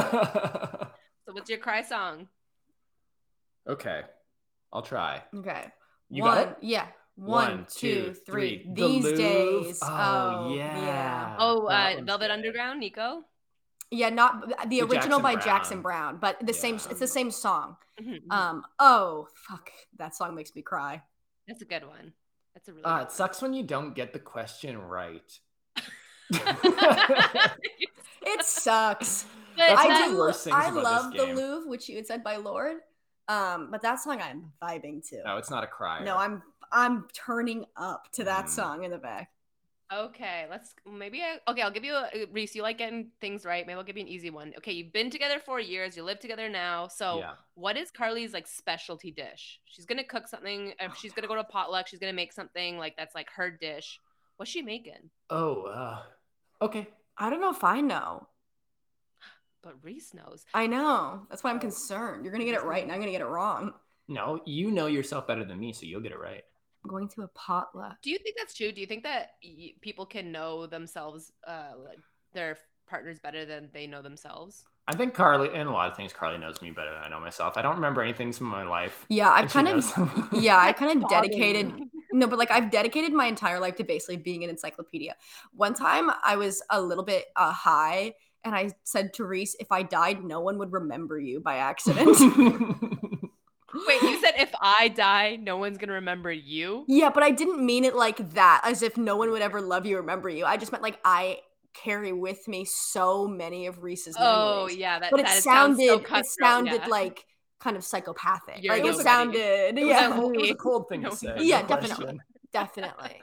Speaker 1: So what's your cry song?
Speaker 3: okay, I'll try.
Speaker 2: okay.
Speaker 3: You
Speaker 2: One,
Speaker 3: got it.
Speaker 2: yeah. One, two, three. These
Speaker 3: The Louvre.
Speaker 2: days.
Speaker 3: Oh, yeah.
Speaker 1: Oh,
Speaker 3: That
Speaker 1: uh,
Speaker 3: one's
Speaker 1: Velvet
Speaker 3: good.
Speaker 1: Underground, Nico.
Speaker 2: Yeah, not uh, the
Speaker 3: The
Speaker 2: original
Speaker 3: Jackson
Speaker 2: by
Speaker 3: Brown.
Speaker 2: Jackson Brown, but the same.
Speaker 3: Yeah. Mm-hmm.
Speaker 2: It's the same song.
Speaker 1: Mhm, mhm.
Speaker 2: Um. Oh fuck, that song makes me cry.
Speaker 1: That's a good one. That's a really.
Speaker 3: Uh,
Speaker 1: good
Speaker 3: it sucks when you don't get the question right.
Speaker 1: one.
Speaker 2: It sucks.
Speaker 1: But
Speaker 3: That's
Speaker 2: I
Speaker 3: one of
Speaker 1: that-
Speaker 3: the
Speaker 2: do.
Speaker 3: worst things
Speaker 2: I
Speaker 3: about this
Speaker 2: love the
Speaker 3: game.
Speaker 2: Louvre, which you had said by Lord. Um, but that song I'm vibing to.
Speaker 3: No, it's not a cry.
Speaker 2: No, I'm I'm turning up to that
Speaker 3: Mm.
Speaker 2: song in the back.
Speaker 1: okay, let's maybe. I, okay, I'll give you a Reese. You like getting things right. Maybe I'll give you an easy one. Okay, you've been together four years. You live together now. So,
Speaker 3: Yeah.
Speaker 1: what is Carly's like specialty dish? She's gonna cook something. If
Speaker 2: Oh,
Speaker 1: she's gonna go to a potluck, she's gonna make something like that's like her dish. What's she making?
Speaker 3: Oh, uh, okay.
Speaker 2: I don't know if I know.
Speaker 1: But Reese knows.
Speaker 2: I know. That's
Speaker 3: Oh.
Speaker 2: why I'm concerned. You're gonna get it right, and I'm gonna get it wrong.
Speaker 3: No, you know yourself better than me, so you'll get it right.
Speaker 2: I'm going to a potluck.
Speaker 1: Do you think that's true? Do you think that y- people can know themselves, uh, like their partners better than they know themselves?
Speaker 3: I think Carly, and a lot of things, Carly knows me better than I know myself. I don't remember any things from my life.
Speaker 2: Yeah, I've
Speaker 3: and she
Speaker 2: kind of.
Speaker 3: knows them.
Speaker 2: Yeah, I kind of
Speaker 1: That's bogging.
Speaker 2: dedicated No, but like I've dedicated my entire life to basically being an encyclopedia. One time I was a little bit uh, high and I said to Reese, if I died, no one would remember you by accident.
Speaker 1: Wait, you said if I die, no one's gonna remember you.
Speaker 2: yeah, but I didn't mean it like that, as if no one would ever love you, or remember you. I just meant like I carry with me so many of Reese's
Speaker 1: Oh
Speaker 2: memories.
Speaker 1: yeah, that,
Speaker 2: But it
Speaker 1: that sounds
Speaker 2: sounded,
Speaker 1: so
Speaker 2: it
Speaker 1: cutthroat,
Speaker 2: sounded
Speaker 1: yeah.
Speaker 2: like kind of psychopathic.
Speaker 1: You're
Speaker 2: like
Speaker 3: no
Speaker 2: it
Speaker 3: buddy.
Speaker 2: sounded,
Speaker 3: It was
Speaker 2: yeah,
Speaker 3: a cold- it was a cold thing
Speaker 1: No,
Speaker 3: to say.
Speaker 2: yeah,
Speaker 3: no
Speaker 2: definitely.
Speaker 3: question.
Speaker 2: definitely.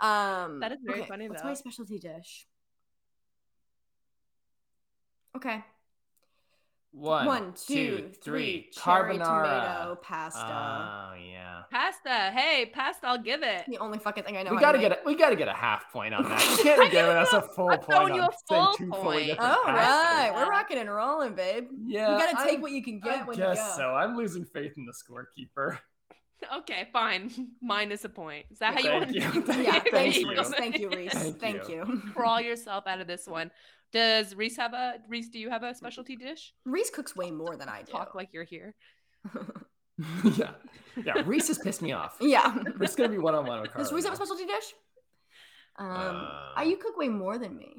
Speaker 2: Um,
Speaker 1: That is very funny,
Speaker 2: That's
Speaker 1: though.
Speaker 2: my specialty dish. Okay.
Speaker 3: One,
Speaker 2: One, two, three. Cherry tomato pasta.
Speaker 3: Oh yeah.
Speaker 1: pasta. Hey, pasta, I'll give it.
Speaker 2: the only fucking thing I know.
Speaker 3: we
Speaker 2: how
Speaker 3: gotta
Speaker 2: to
Speaker 3: get a, we gotta get a half point on that. You can't have given us a full
Speaker 1: I'm
Speaker 3: point.
Speaker 1: throwing you
Speaker 3: on
Speaker 1: a
Speaker 3: saying
Speaker 1: full
Speaker 3: two fully
Speaker 1: point.
Speaker 3: different
Speaker 2: All
Speaker 3: pastas.
Speaker 2: right, we're rocking and rolling, babe.
Speaker 3: Yeah.
Speaker 2: you gotta take
Speaker 3: I,
Speaker 2: what you can
Speaker 3: I
Speaker 2: get when you go.
Speaker 3: guess so. I'm losing faith in the scorekeeper.
Speaker 1: Okay, fine. Minus a point. Is that how you
Speaker 3: Thank
Speaker 1: want
Speaker 3: you.
Speaker 1: to do it?
Speaker 2: Yeah,
Speaker 3: Thank
Speaker 2: thank
Speaker 3: you.
Speaker 2: you, Reese. Thank you, Reese.
Speaker 3: Thank
Speaker 2: Thank
Speaker 3: you.
Speaker 2: you.
Speaker 1: Crawl yourself out of this one. Does Reese have a Reese? Do you have a specialty dish?
Speaker 2: Reese cooks way more than I do.
Speaker 1: Talk like you're here.
Speaker 3: yeah. Yeah. Reese has pissed me off.
Speaker 2: yeah.
Speaker 3: We're just gonna be one on one with Carly.
Speaker 2: Does Reese have
Speaker 3: now.
Speaker 2: a specialty dish? Um, I,
Speaker 3: Um,
Speaker 2: you cook way more than me.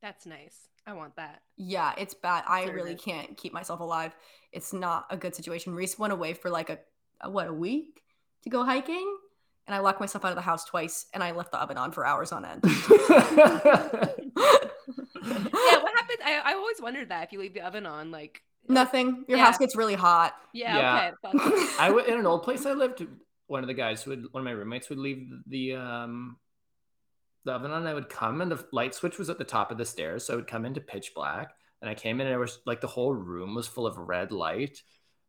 Speaker 1: That's nice. I want that.
Speaker 2: Yeah, it's bad. I really
Speaker 1: Service.
Speaker 2: can't keep myself alive. It's not a good situation. Reese went away for like a, a what a week to go hiking, and I locked myself out of the house twice, and I left the oven on for hours on end.
Speaker 1: Yeah, what happens? I, I always wondered that if you leave the oven on, like
Speaker 2: Nothing. Your
Speaker 1: Yeah.
Speaker 2: house gets really hot.
Speaker 1: Yeah,
Speaker 3: Yeah.
Speaker 1: okay. fuck it.
Speaker 3: I w- in an old place I lived. One of the guys would, one of my roommates would leave the um, the oven on. And I would come, and the light switch was at the top of the stairs, so I would come into pitch black. And I came in, and it was like the whole room was full of red light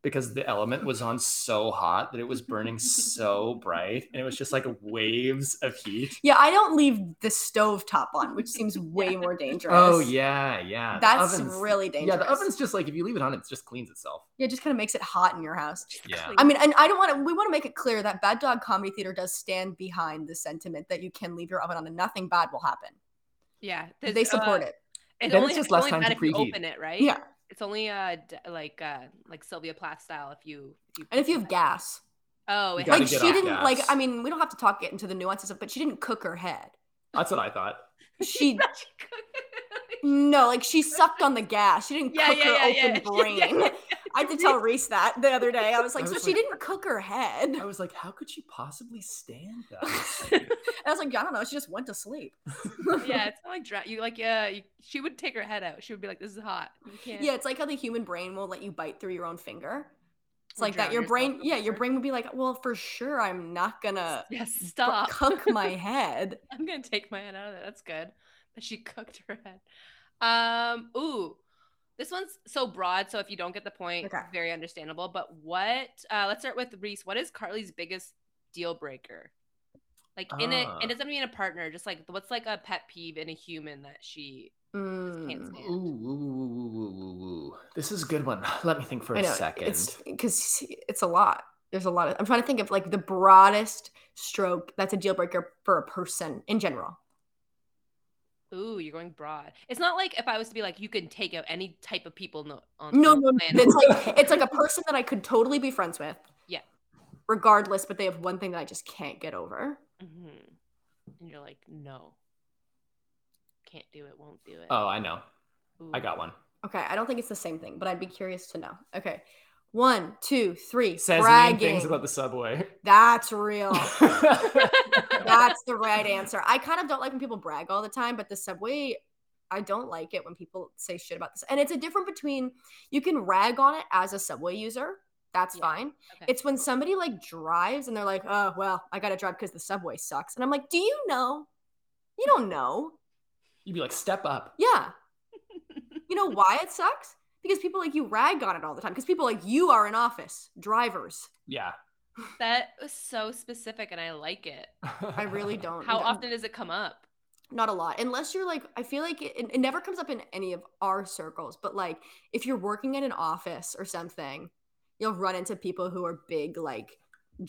Speaker 3: because the element was on so hot that it was burning so bright, and it was just like waves of heat.
Speaker 2: Yeah, I don't leave the stove top on, which seems way more dangerous.
Speaker 3: Oh yeah, yeah. The
Speaker 2: that's
Speaker 3: oven's-
Speaker 2: really
Speaker 3: Yeah,
Speaker 2: dangerous.
Speaker 3: the oven's just like if you leave it on, it just cleans itself.
Speaker 2: Yeah, it just kind of makes it hot in your house.
Speaker 3: Yeah.
Speaker 2: I mean, and I don't want to. We want to make it clear that Bad Dog Comedy Theater does stand behind the sentiment that you can leave your oven on and nothing bad will happen.
Speaker 1: yeah, uh,
Speaker 2: They support
Speaker 3: uh,
Speaker 2: it.
Speaker 1: It's
Speaker 3: Then
Speaker 1: only,
Speaker 3: it's just
Speaker 1: only
Speaker 3: less time
Speaker 1: bad
Speaker 3: to
Speaker 1: if you
Speaker 3: preheat.
Speaker 1: open it, right?
Speaker 2: Yeah,
Speaker 1: It's only uh d- like uh like Sylvia Plath style if you, if you
Speaker 2: and if you have
Speaker 1: put-
Speaker 2: gas,
Speaker 1: Oh,
Speaker 3: You
Speaker 1: it
Speaker 3: gotta
Speaker 2: like
Speaker 1: has-
Speaker 3: get
Speaker 2: she
Speaker 3: off
Speaker 2: didn't like.
Speaker 3: gas.
Speaker 2: I mean, we don't have to talk get into the nuances of, but she didn't cook her head.
Speaker 3: That's what I thought.
Speaker 2: She
Speaker 1: That's good.
Speaker 2: no, like she sucked on the gas. She didn't
Speaker 1: Yeah,
Speaker 2: cook
Speaker 1: yeah,
Speaker 2: her
Speaker 1: yeah, yeah.
Speaker 2: open
Speaker 1: Yeah,
Speaker 2: brain.
Speaker 1: yeah,
Speaker 2: I had to tell Reese that the other day. I was like,
Speaker 3: I
Speaker 2: so
Speaker 3: was
Speaker 2: she
Speaker 3: like-
Speaker 2: didn't cook her head.
Speaker 3: I was like, how could she possibly stand that?
Speaker 2: And I was like, I don't know. She just went to sleep.
Speaker 1: yeah, it's not like dry. You like yeah. You, she would take her head out. She would be like, "This is hot. You can't."
Speaker 2: Yeah, it's like how the human brain won't let you bite through your own finger. It's like
Speaker 1: drown
Speaker 2: that. Your
Speaker 1: yourself
Speaker 2: brain,
Speaker 1: in
Speaker 2: yeah, your
Speaker 1: water.
Speaker 2: brain would be like, well, for sure, I'm not gonna
Speaker 1: Yes,
Speaker 2: fr-
Speaker 1: stop.
Speaker 2: cook my head.
Speaker 1: I'm gonna take my head out of there. That's good. But she cooked her head. Um, ooh. This one's so broad, so if you don't get the point,
Speaker 2: Okay.
Speaker 1: very understandable. But what uh let's start with Reese. What is Carly's biggest deal breaker? Like in it,
Speaker 3: Ah.
Speaker 1: it doesn't mean a partner, just like what's like a pet peeve in a human that she just can't
Speaker 2: Mm.
Speaker 1: stand.
Speaker 3: Ooh, ooh, ooh, ooh, ooh, ooh. This is a good one. Let me think for
Speaker 2: I
Speaker 3: a
Speaker 2: know
Speaker 3: second.
Speaker 2: it's because it's a lot. There's a lot of. I'm trying to think of like the broadest stroke that's a deal breaker for a person in general.
Speaker 1: Ooh, you're going broad. It's not like if I was to be like, you can take out any type of people no, on
Speaker 2: No,
Speaker 1: on the
Speaker 2: no, no.
Speaker 1: planet.
Speaker 2: It's like it's like a person that I could totally be friends with.
Speaker 1: Yeah.
Speaker 2: Regardless, but they have one thing that I just can't get over.
Speaker 1: Mhm. And you're like, no, can't do it, won't do it.
Speaker 3: Oh, I know. I
Speaker 1: Ooh.
Speaker 3: got one.
Speaker 2: Okay, I don't think it's the same thing, but I'd be curious to know. Okay, one, two, three.
Speaker 3: Says mean
Speaker 2: bragging.
Speaker 3: things about the subway.
Speaker 2: That's real.
Speaker 3: I
Speaker 2: That's the right answer. I kind of don't like when people brag all the time, but the subway, I don't like it when people say shit about this. And it's a different between you can rag on it as a subway user. That's
Speaker 1: Yeah,
Speaker 2: fine.
Speaker 1: okay.
Speaker 2: It's when somebody like drives and they're like, oh, well, I got to drive because the subway sucks. And I'm like, do you know? You don't know.
Speaker 3: You'd be like, step up.
Speaker 2: Yeah. you know why it sucks? Because people like you rag on it all the time. Because people like you are in office, drivers.
Speaker 3: Yeah.
Speaker 1: That was so specific, and I like it.
Speaker 2: I really
Speaker 3: Oh,
Speaker 2: don't.
Speaker 1: How
Speaker 2: N-
Speaker 1: often does it come up?
Speaker 2: not a lot unless you're like i feel like it, it never comes up in any of our circles but like if you're working in an office or something you'll run into people who are big like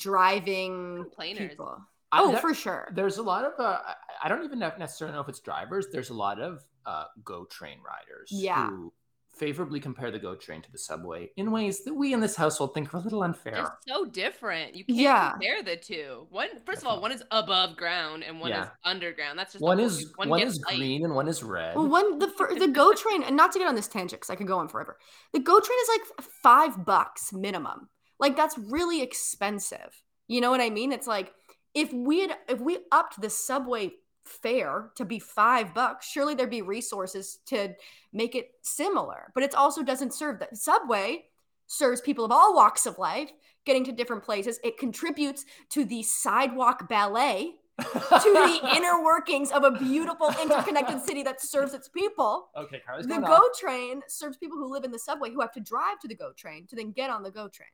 Speaker 2: driving
Speaker 1: Complainers.
Speaker 2: people
Speaker 3: I-
Speaker 2: oh
Speaker 3: there-
Speaker 2: for sure
Speaker 3: There's a lot of, uh, I- I don't even know- necessarily know if it's drivers. There's a lot of uh, GO train riders
Speaker 2: Yeah.
Speaker 3: who favorably compare the GO train to the subway in ways that we in this household think are a little
Speaker 1: They're
Speaker 3: unfair.
Speaker 1: so different. You can't
Speaker 2: Yeah.
Speaker 1: compare the two. One, first of all, one is above ground and one is
Speaker 3: Yeah.
Speaker 1: underground. That's just the
Speaker 3: One
Speaker 1: whole-
Speaker 3: is one,
Speaker 1: gets
Speaker 3: is
Speaker 1: light.
Speaker 3: green and one is red.
Speaker 2: well one the fir- the go train and not to get on this tangent because i could go on forever the go train is like five bucks minimum like that's really expensive you know what i mean it's like if we had if we upped the subway fare to be five bucks surely there'd be resources to make it similar but it also doesn't serve that subway serves people of all walks of life getting to different places it contributes to the sidewalk ballet to the inner workings of a beautiful interconnected city that serves its people.
Speaker 3: Okay, Carly's
Speaker 2: The
Speaker 3: going
Speaker 2: GO train serves people who live in the subway who have to drive to the GO train to then get on the GO train.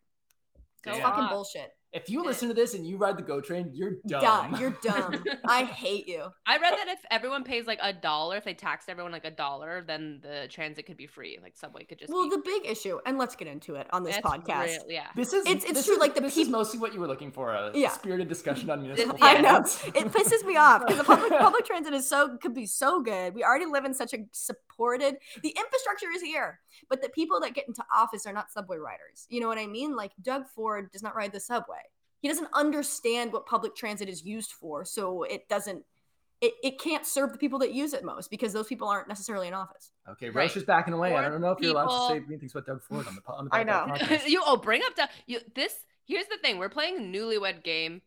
Speaker 1: Go
Speaker 3: Damn.
Speaker 2: Fucking
Speaker 1: off.
Speaker 2: bullshit.
Speaker 3: If you listen to this and you ride the GO train, you're dumb.
Speaker 2: Dumb. You're dumb. I hate you.
Speaker 1: I read that if everyone pays like a dollar, if they taxed everyone like a dollar, then the transit could be free. Like subway could just
Speaker 2: Well,
Speaker 1: be
Speaker 2: the big issue, and let's get into it on this
Speaker 1: That's
Speaker 2: podcast.
Speaker 1: real- yeah.
Speaker 3: This is
Speaker 2: It's- it's
Speaker 3: this
Speaker 2: true,
Speaker 3: is-
Speaker 2: like, the
Speaker 3: this is
Speaker 2: peop-
Speaker 3: mostly what you were looking for a
Speaker 2: Yeah.
Speaker 3: spirited discussion on municipal.
Speaker 1: yeah.
Speaker 2: I know.
Speaker 3: finance.
Speaker 2: It pisses me off because the public public transit is so could be so good. We already live in such a supported. The infrastructure is here, but the people that get into office are not subway riders. You know what I mean? Like Doug Ford does not ride the subway. He doesn't understand what public transit is used for, so it doesn't. It, it can't serve the people that use it most because those people aren't necessarily in office.
Speaker 3: Okay,
Speaker 1: Right.
Speaker 3: Roche is backing away. I
Speaker 1: Or
Speaker 3: don't know if you're allowed to say
Speaker 1: people-
Speaker 3: anything about Doug Ford on the po- on the
Speaker 2: I
Speaker 3: Bad
Speaker 2: know.
Speaker 3: Dog podcast.
Speaker 1: you oh bring up Doug. You this here's the thing. We're playing a newlywed game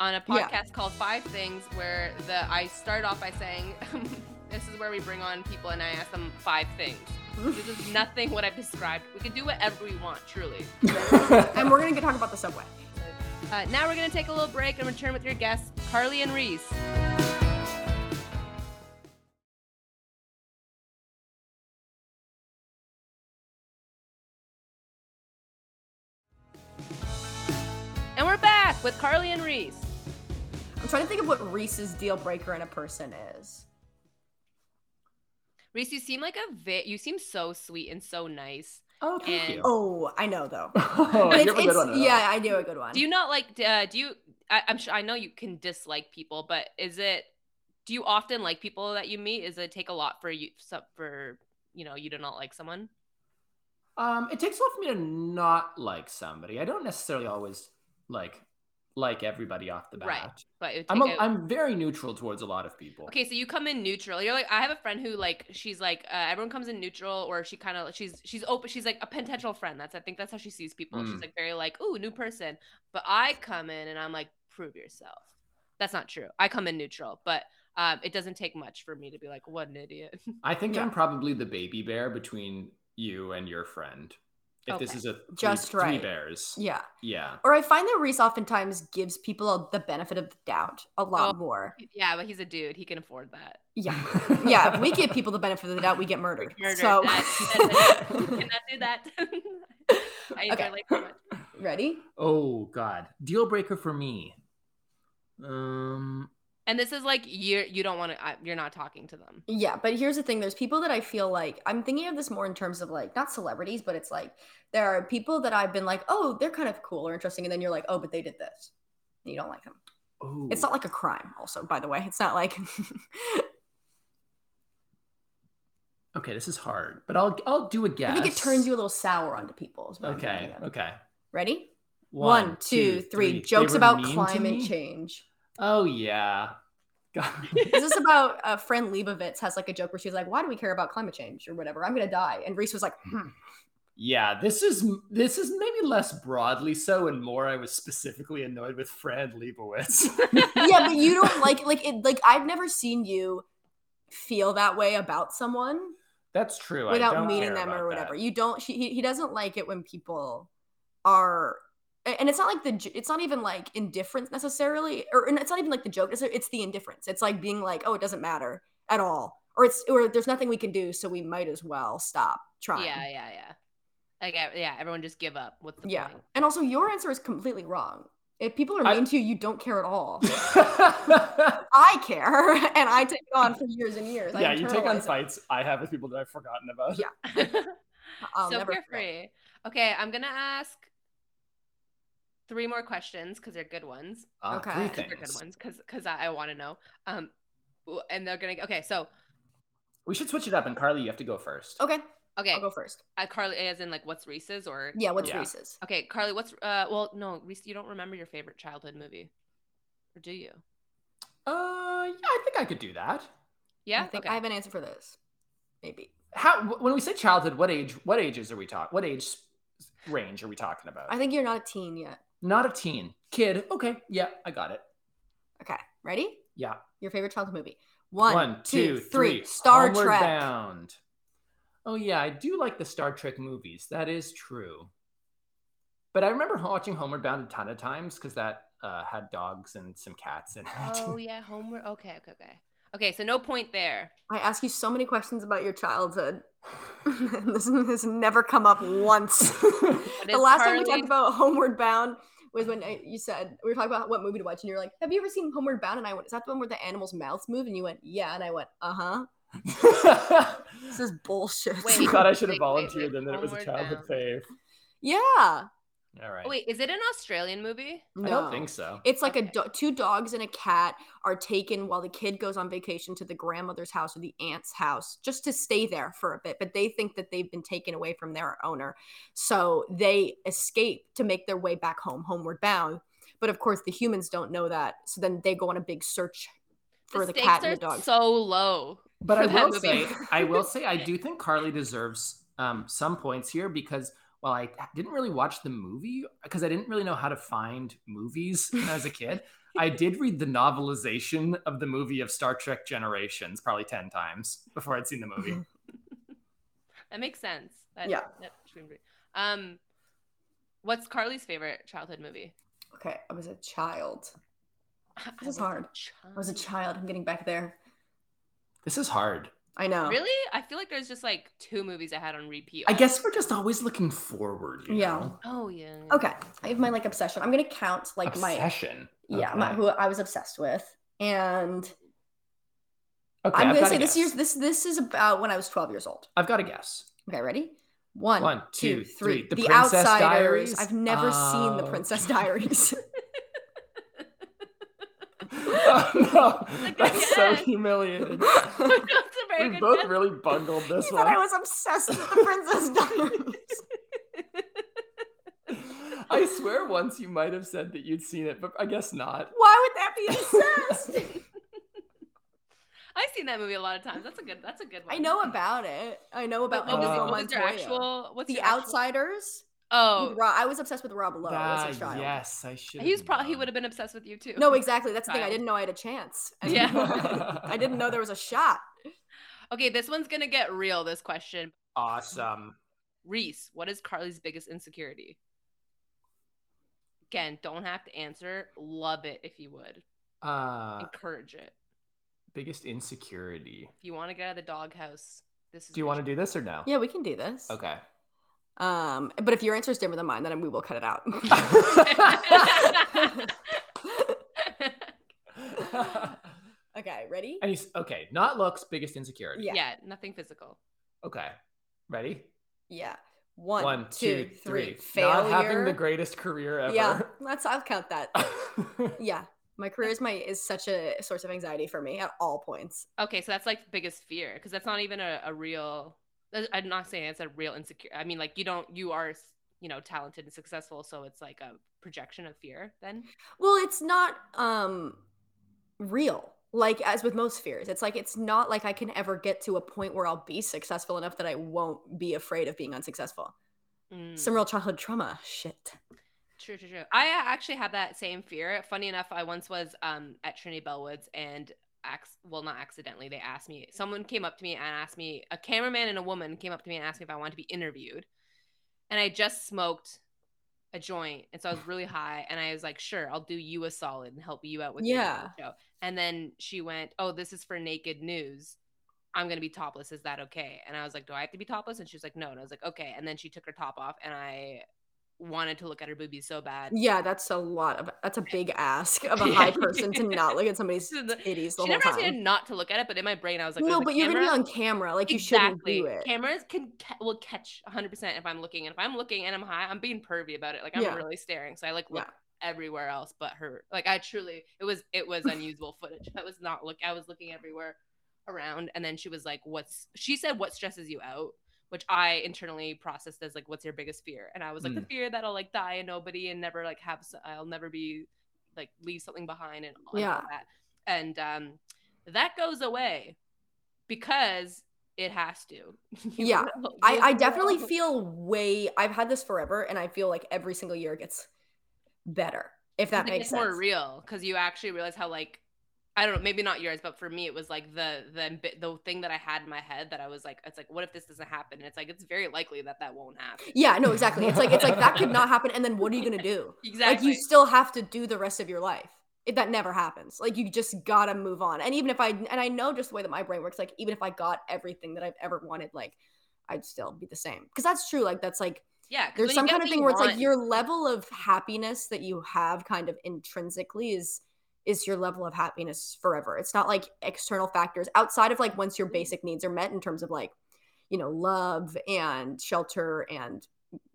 Speaker 1: on a
Speaker 2: Yeah.
Speaker 1: podcast called Five Things, where the I start off by saying, "This is where we bring on people and I ask them five things." This is nothing what I've described. We can do whatever we want, truly.
Speaker 2: And we're gonna get talk about the subway.
Speaker 1: Uh, now we're gonna take a little break and return with your guests, Carly and Reese. And we're back with Carly and Reese.
Speaker 2: I'm trying to think of what Reese's deal breaker in a person is.
Speaker 1: Reese, you seem like a vi- you seem so sweet and so nice.
Speaker 3: Oh, thank
Speaker 1: And-
Speaker 3: you.
Speaker 2: Oh, I know though.
Speaker 3: Oh,
Speaker 2: But
Speaker 3: you have a good one. huh?
Speaker 2: yeah, I do a good one.
Speaker 1: Do you not like? Uh, do you? I, I'm sure. I know you can dislike people, but is it? Do you often like people that you meet? Is it take a lot for you so- for you know you to not like someone?
Speaker 3: Um, it takes a lot for me to not like somebody. I don't necessarily always like like everybody off the bat.
Speaker 1: Right. But it would
Speaker 3: I'm
Speaker 1: take a-
Speaker 3: a, I'm very neutral towards a lot of people.
Speaker 1: okay, so you come in neutral. You're like I have a friend who like she's like uh, everyone comes in neutral, or she kind of she's she's open. She's like a potential friend. That's I think that's how she sees people. She's
Speaker 3: Mm.
Speaker 1: like very like ooh new person. But I come in and I'm like prove yourself. That's not true. I come in neutral, but um, it doesn't take much for me to be like what an idiot.
Speaker 3: I think
Speaker 2: Yeah.
Speaker 3: I'm probably the baby bear between you and your friend. if this is a three,
Speaker 2: Just
Speaker 3: three
Speaker 2: right.
Speaker 3: bears.
Speaker 2: Yeah.
Speaker 3: Yeah.
Speaker 2: Or I find that Reese oftentimes gives people a, the benefit of the doubt a lot
Speaker 1: Oh.
Speaker 2: more.
Speaker 1: Yeah, but he's a dude. He can afford that.
Speaker 2: Yeah. Yeah. If we give people the benefit of the doubt, we get murdered.
Speaker 1: Murder.
Speaker 2: So,
Speaker 1: That, that- you cannot do that. I
Speaker 2: Okay.
Speaker 1: okay. like so much.
Speaker 2: ready?
Speaker 3: Oh God, deal breaker for me. Um,
Speaker 1: And this is like you're you don't want to. You're not talking to them.
Speaker 2: Yeah, but here's the thing there's people that I feel like I'm thinking of this more in terms of like not celebrities, but it's like there are people that I've been like, oh, they're kind of cool or interesting. And then you're like, oh, but they did this. And you don't like them.
Speaker 3: oh,
Speaker 2: It's not like a crime, also, by the way. It's not like,
Speaker 3: okay. This is hard, but I'll I'll do a guess.
Speaker 2: I think it turns you a little sour onto people. is what I'm
Speaker 3: Okay.
Speaker 2: getting at.
Speaker 3: Okay.
Speaker 2: Ready?
Speaker 3: One,
Speaker 2: One, two, three.
Speaker 3: They
Speaker 2: Jokes
Speaker 3: were
Speaker 2: about
Speaker 3: mean to
Speaker 2: climate
Speaker 3: me?
Speaker 2: change.
Speaker 3: Oh yeah. God.
Speaker 2: Is this about a friend Leibovitz has like a joke where she's like, why do we care about climate change or whatever? I'm going to die. And Reese was like, hmm.
Speaker 3: yeah. This is this is maybe less broadly so, and more. I was specifically annoyed with Fran Lebowitz.
Speaker 2: yeah, but you don't like, like, it, like, I've never seen you feel that way about someone
Speaker 3: That's true. I
Speaker 2: without
Speaker 3: don't
Speaker 2: meeting
Speaker 3: care
Speaker 2: them or
Speaker 3: about
Speaker 2: whatever.
Speaker 3: that.
Speaker 2: You don't, she, he, he doesn't like it when people are, a- and it's not like the, j- it's not even like indifference necessarily, or and it's not even like the joke, it's, it's the indifference. It's like being like, oh, it doesn't matter at all. Or it's, or there's nothing we can do, so we might as well stop trying.
Speaker 1: Yeah, yeah, yeah. Like e- yeah, everyone just give up. What's the
Speaker 2: Yeah.
Speaker 1: point?
Speaker 2: And also, your answer is completely wrong. If people are
Speaker 3: I-
Speaker 2: mean to you, you don't care at all. I care, and I take it on for years and years. I
Speaker 3: yeah, you take on
Speaker 2: internalize it.
Speaker 3: fights I have with people that I've forgotten about.
Speaker 2: uh Yeah. I'll
Speaker 1: so
Speaker 2: never
Speaker 1: feel
Speaker 2: forget.
Speaker 1: free. Okay, I'm gonna ask three more questions because they're good ones.
Speaker 3: Ah,
Speaker 2: Okay.
Speaker 3: three
Speaker 1: They're good
Speaker 3: things.
Speaker 1: ones because because I, I want to know. Um, w- and they're gonna okay. So
Speaker 3: We should switch it up, and Carly, you have to go first.
Speaker 2: Okay,
Speaker 1: okay,
Speaker 2: I'll go first.
Speaker 1: uh, Carly, as in like what's Reese's or
Speaker 2: Yeah, what's
Speaker 3: Yeah.
Speaker 2: Reese's?
Speaker 1: Okay, Carly, what's uh? Well, no, Reese, you don't remember your favorite childhood movie, or do you?
Speaker 3: Uh, yeah, I think I could do that.
Speaker 1: Yeah,
Speaker 2: I think
Speaker 1: okay.
Speaker 2: I have an answer for this. Maybe.
Speaker 3: How wh- when we say childhood, what age? What ages are we talking? What age s- range are we talking about?
Speaker 2: I think you're not a teen yet.
Speaker 3: Not a teen, kid. Okay, yeah, I got it.
Speaker 2: Okay, ready?
Speaker 3: Yeah.
Speaker 2: Your favorite childhood movie?
Speaker 3: One, two, three.
Speaker 2: Star
Speaker 3: Homeward
Speaker 2: Trek.
Speaker 3: Bound. Oh yeah, I do like the Star Trek movies. That is true. But I remember watching Homeward Bound a ton of times because that uh, had dogs and some cats in it.
Speaker 1: Oh yeah, homework. Okay, okay, okay. Okay, so no point there.
Speaker 2: I ask you so many questions about your childhood. this has never come up once. the
Speaker 1: is
Speaker 2: last time we
Speaker 1: Carly-
Speaker 2: talked about Homeward Bound was when I, you said we were talking about what movie to watch, and you were like, "Have you ever seen Homeward Bound?" And I went, "Is that the one where the animals' mouths move?" And you went, "Yeah," and I went, "Uh huh." This is bullshit.
Speaker 3: I
Speaker 1: Wait.
Speaker 3: thought I
Speaker 1: Wait, wait,
Speaker 3: should have
Speaker 1: wait.
Speaker 3: volunteered and then it was a
Speaker 1: Homeward
Speaker 3: childhood
Speaker 1: Bound.
Speaker 3: fave.
Speaker 2: yeah,
Speaker 3: All right.
Speaker 1: Oh, wait, is it an Australian movie?
Speaker 2: no,
Speaker 3: I don't think so.
Speaker 2: It's like
Speaker 1: Okay.
Speaker 2: a do- two dogs and a cat are taken while the kid goes on vacation to the grandmother's house or the aunt's house just to stay there for a bit, but they think that they've been taken away from their owner. So they escape to make their way back home, homeward bound. But of course, the humans don't know that. So then they go on a big search for the,
Speaker 1: stakes
Speaker 2: cat and the
Speaker 1: are
Speaker 2: dog.
Speaker 1: so low.
Speaker 3: But I
Speaker 1: for that
Speaker 3: will
Speaker 1: movie.
Speaker 3: say, I will say, I do think Carly deserves um, some points here because while I didn't really watch the movie because I didn't really know how to find movies when I was a kid, I did read the novelization of the movie of Star Trek Generations probably ten times before I'd seen the
Speaker 2: Mm-hmm.
Speaker 3: movie.
Speaker 1: That makes sense. That,
Speaker 2: Yeah.
Speaker 1: That seems re- um, what's Carly's favorite childhood movie?
Speaker 2: okay, I was a child.
Speaker 1: I
Speaker 2: This is
Speaker 1: was a
Speaker 2: hard. I was a
Speaker 1: child.
Speaker 2: child. I'm getting back there.
Speaker 3: This is hard.
Speaker 2: I know.
Speaker 1: Really? I feel like there's just like two movies I had on repeat.
Speaker 3: I
Speaker 1: all-
Speaker 3: guess we're just always looking forward. You
Speaker 2: Yeah.
Speaker 3: know?
Speaker 1: Oh yeah. yeah.
Speaker 2: Okay, I have my like obsession. I'm gonna count like my
Speaker 3: Obsession.
Speaker 2: yeah,
Speaker 3: Okay.
Speaker 2: my, who I was obsessed with, and
Speaker 3: Okay,
Speaker 2: I'm gonna
Speaker 3: I've got a
Speaker 2: say this
Speaker 3: guess.
Speaker 2: year's this this is about when I was 12 years old.
Speaker 3: I've got a guess.
Speaker 2: Okay, ready? One,
Speaker 3: One,
Speaker 2: two,
Speaker 3: two,
Speaker 2: three.
Speaker 3: three. The
Speaker 2: The,
Speaker 3: Princess
Speaker 2: Outsiders.
Speaker 3: Diaries?
Speaker 2: I've never seen The
Speaker 3: Oh.
Speaker 2: Princess Diaries.
Speaker 3: oh, no,
Speaker 1: good
Speaker 3: that's so
Speaker 1: guess.
Speaker 3: humiliating.
Speaker 2: you
Speaker 1: That's a very
Speaker 3: We
Speaker 1: good
Speaker 3: both
Speaker 1: guess.
Speaker 3: really bungled this
Speaker 2: thought
Speaker 3: one.
Speaker 2: I was obsessed with The Princess Diaries.
Speaker 3: I swear once you might have said that you'd seen it, but I guess not.
Speaker 2: Why would that be obsessed?
Speaker 1: I've seen that movie a lot of times. That's a good. That's a good one.
Speaker 2: I know about it. I know
Speaker 1: But what
Speaker 2: about
Speaker 1: was,
Speaker 2: Lin-Manuel
Speaker 3: Lin-Manuel
Speaker 1: what was your
Speaker 2: Montoya.
Speaker 1: actual? What's
Speaker 2: The
Speaker 1: your actual-
Speaker 2: Outsiders.
Speaker 1: Oh,
Speaker 2: Ro- I was obsessed with Rob Lowe as a
Speaker 3: Ah,
Speaker 2: child.
Speaker 3: yes, I should.
Speaker 1: he was probably he would have been obsessed with you too.
Speaker 2: No, exactly. That's the thing. I
Speaker 1: Child.
Speaker 2: didn't know I had a chance. I
Speaker 1: Yeah.
Speaker 2: didn't know- I didn't know there was a shot.
Speaker 1: Okay, this one's gonna get real. This question.
Speaker 3: Awesome.
Speaker 1: Reese, what is Carly's biggest insecurity? Again, don't have to answer. Love it if you would.
Speaker 3: Uh,
Speaker 1: Encourage it.
Speaker 3: biggest insecurity.
Speaker 1: If you want to get out of the doghouse, this is
Speaker 3: Do you
Speaker 1: what
Speaker 3: want to do this or no?
Speaker 2: Yeah, we can do this.
Speaker 3: Okay.
Speaker 2: Um, but if your answer is different than mine, then we will cut it out. okay, ready?
Speaker 3: And he's okay. Not looks. Biggest insecurity.
Speaker 2: Yeah.
Speaker 1: yeah. nothing physical.
Speaker 3: Okay. Ready?
Speaker 2: Yeah.
Speaker 3: One, two, three.
Speaker 2: Failure.
Speaker 3: Not having the greatest career ever.
Speaker 2: Yeah, that's I'll count that. yeah, my career is my is such a source of anxiety for me at all points.
Speaker 1: Okay, so that's like the biggest fear because that's not even a, a real. I- I'm not saying it's a real insecure. I mean, like you don't, you are, you know, talented and successful, so it's like a projection of fear. Then
Speaker 2: Well, it's not um real. Like as with most fears, it's like it's not like I can ever get to a point where I'll be successful enough that I won't be afraid of being unsuccessful.
Speaker 3: Hmm.
Speaker 1: Mm.
Speaker 2: Some real childhood trauma shit.
Speaker 1: True, true, true. I uh, actually had that same fear. Funny enough, I once was um, at Trinity Bellwoods and, ac- well, not accidentally, they asked me, someone came up to me and asked me, a cameraman and a woman came up to me and asked me if I wanted to be interviewed. And I just smoked a joint. And so I was really high. And I was like, sure, I'll do you a solid and help you out with your
Speaker 2: Yeah.
Speaker 1: show. And then she went, oh, this is for naked news. I'm going to be topless. Is that okay? And I was like, do I have to be topless? And she was like, no. And I was like, okay. And then she took her top off and I wanted to look at her boobies so bad.
Speaker 2: Yeah, that's a lot of that's a big ask of a
Speaker 1: Yeah.
Speaker 2: high person to not look at somebody's
Speaker 1: So the-
Speaker 2: titties the
Speaker 1: She
Speaker 2: whole
Speaker 1: never asked me to
Speaker 2: time.
Speaker 1: not to look at it, but in my brain, I was like,
Speaker 2: no,
Speaker 1: "There's a
Speaker 2: but you're gonna be
Speaker 1: camera."
Speaker 2: on camera. Like you
Speaker 1: exactly.
Speaker 2: shouldn't do it.
Speaker 1: Cameras can ca- will catch 100 percent if I'm looking, and if I'm looking and I'm high, I'm being pervy about it. Like I'm
Speaker 2: Yeah.
Speaker 1: really staring, so I like
Speaker 2: Yeah.
Speaker 1: look everywhere else but her. Like I truly, it was it was unusable footage. I was not look. I was looking everywhere around, and then she was like, "What's?" She said, "What stresses you out?" Which I internally processed as like, "What's your biggest fear?" And I was like, "The
Speaker 3: Mm.
Speaker 1: fear that I'll like die and nobody and never like have. s- I'll never be like leave something behind and, and
Speaker 2: Yeah.
Speaker 1: all that." And um, that goes away because it has to. You
Speaker 2: Yeah.
Speaker 1: will-
Speaker 2: I,
Speaker 1: you'll
Speaker 2: I definitely
Speaker 1: grow.
Speaker 2: feel way I've had this forever and I feel like every single year it gets better, if that
Speaker 1: it
Speaker 2: makes
Speaker 1: gets
Speaker 2: sense.
Speaker 1: more real because you actually realize how like I don't know, maybe not yours, but for me it was like the the ambi- the thing that I had in my head that I was like, it's like, what if this doesn't happen? And it's like it's very likely that that won't happen.
Speaker 2: Yeah, no, exactly. It's like it's like that could not happen. And then what are you gonna do?
Speaker 1: Exactly.
Speaker 2: Like you still have to do the rest of your life. It, that never happens. Like you just gotta move on. And even if I and I know just the way that my brain works, like even if I got everything that I've ever wanted, like I'd still be the same. Because that's true. Like that's like
Speaker 1: yeah. 'cause when
Speaker 2: there's
Speaker 1: you E
Speaker 2: some
Speaker 1: get
Speaker 2: kind
Speaker 1: what
Speaker 2: of
Speaker 1: you
Speaker 2: thing where it's like
Speaker 1: want-
Speaker 2: your level of happiness that you have kind of intrinsically is is your level of happiness forever it's not like external factors outside of like once your
Speaker 1: Mhm.
Speaker 2: basic needs are met in terms of like you know love and shelter and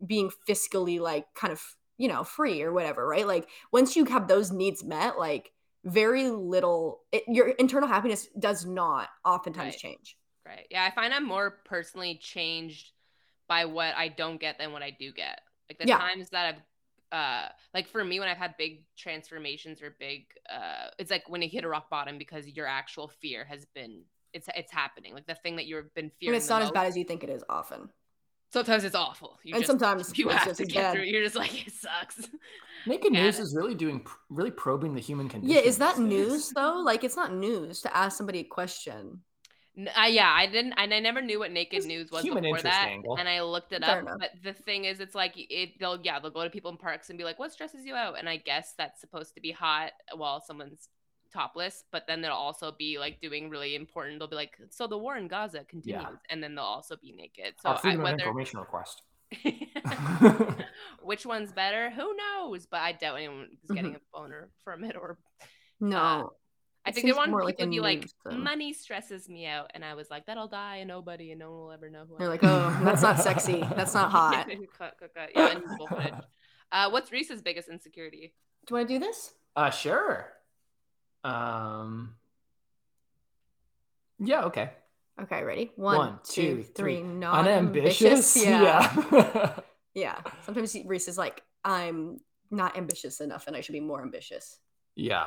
Speaker 2: being fiscally like kind of you know free or whatever right like once you have those needs met like very little it, your internal happiness does not oftentimes
Speaker 1: Right.
Speaker 2: change
Speaker 1: right. Yeah, I find I'm more personally changed by what I don't get than what I do get. Like the
Speaker 2: Yeah.
Speaker 1: times that I've uh like for me when I've had big transformations or big uh it's like when you hit a rock bottom because your actual fear has been it's it's happening. Like the thing that you've been fearing.
Speaker 2: and it's
Speaker 1: the
Speaker 2: not as
Speaker 1: most.
Speaker 2: bad as you think it is often
Speaker 1: sometimes it's awful. You
Speaker 2: and
Speaker 1: just-
Speaker 2: sometimes
Speaker 1: you
Speaker 2: it's
Speaker 1: have
Speaker 2: just
Speaker 1: to
Speaker 2: as
Speaker 1: get
Speaker 2: bad.
Speaker 1: through. it. You're just like it sucks.
Speaker 3: Naked
Speaker 1: Yeah.
Speaker 3: News is really doing really probing the human condition.
Speaker 2: Yeah, is that
Speaker 3: these days.
Speaker 2: news though? Like, it's not news to ask somebody a question.
Speaker 1: N- I, yeah, I didn't, and I never knew what naked
Speaker 3: It's
Speaker 1: news was
Speaker 3: human
Speaker 1: before
Speaker 3: interest
Speaker 1: that,
Speaker 3: angle.
Speaker 1: and I looked it
Speaker 2: Fair
Speaker 1: up.
Speaker 2: enough.
Speaker 1: But the thing is, it's like it, they'll yeah, they'll go to people in parks and be like, "What stresses you out?" And I guess that's supposed to be hot while someone's topless, but then they'll also be like doing really important. They'll be like, "So the war in Gaza continues," and then they'll also be naked. So
Speaker 3: I'll
Speaker 1: I,
Speaker 3: freedom of
Speaker 1: whether
Speaker 3: information request.
Speaker 1: which one's better, who knows? But I doubt anyone is getting a boner from it or
Speaker 2: No,
Speaker 1: I
Speaker 2: Mm-hmm. It
Speaker 1: think they
Speaker 2: seems
Speaker 1: wanted
Speaker 2: more
Speaker 1: people
Speaker 2: like
Speaker 1: to
Speaker 2: a
Speaker 1: be like,
Speaker 2: news thing.
Speaker 1: money stresses me out. And I was like, that'll die and nobody and no one will ever know who I
Speaker 2: they're
Speaker 1: am."
Speaker 2: like, oh, that's not sexy. That's not hot. Do
Speaker 1: Cut, cut, cut. Yeah, unusual footage. Uh, what's Reese's biggest insecurity?
Speaker 2: you want to do this?
Speaker 3: Uh, sure. Um. Yeah. Okay.
Speaker 2: Okay, ready?
Speaker 3: One, two, three.
Speaker 2: Not
Speaker 3: Unambitious.
Speaker 2: Yeah.
Speaker 3: yeah.
Speaker 2: yeah. Sometimes Reese is like, I'm not ambitious enough, and I should be more ambitious.
Speaker 3: yeah.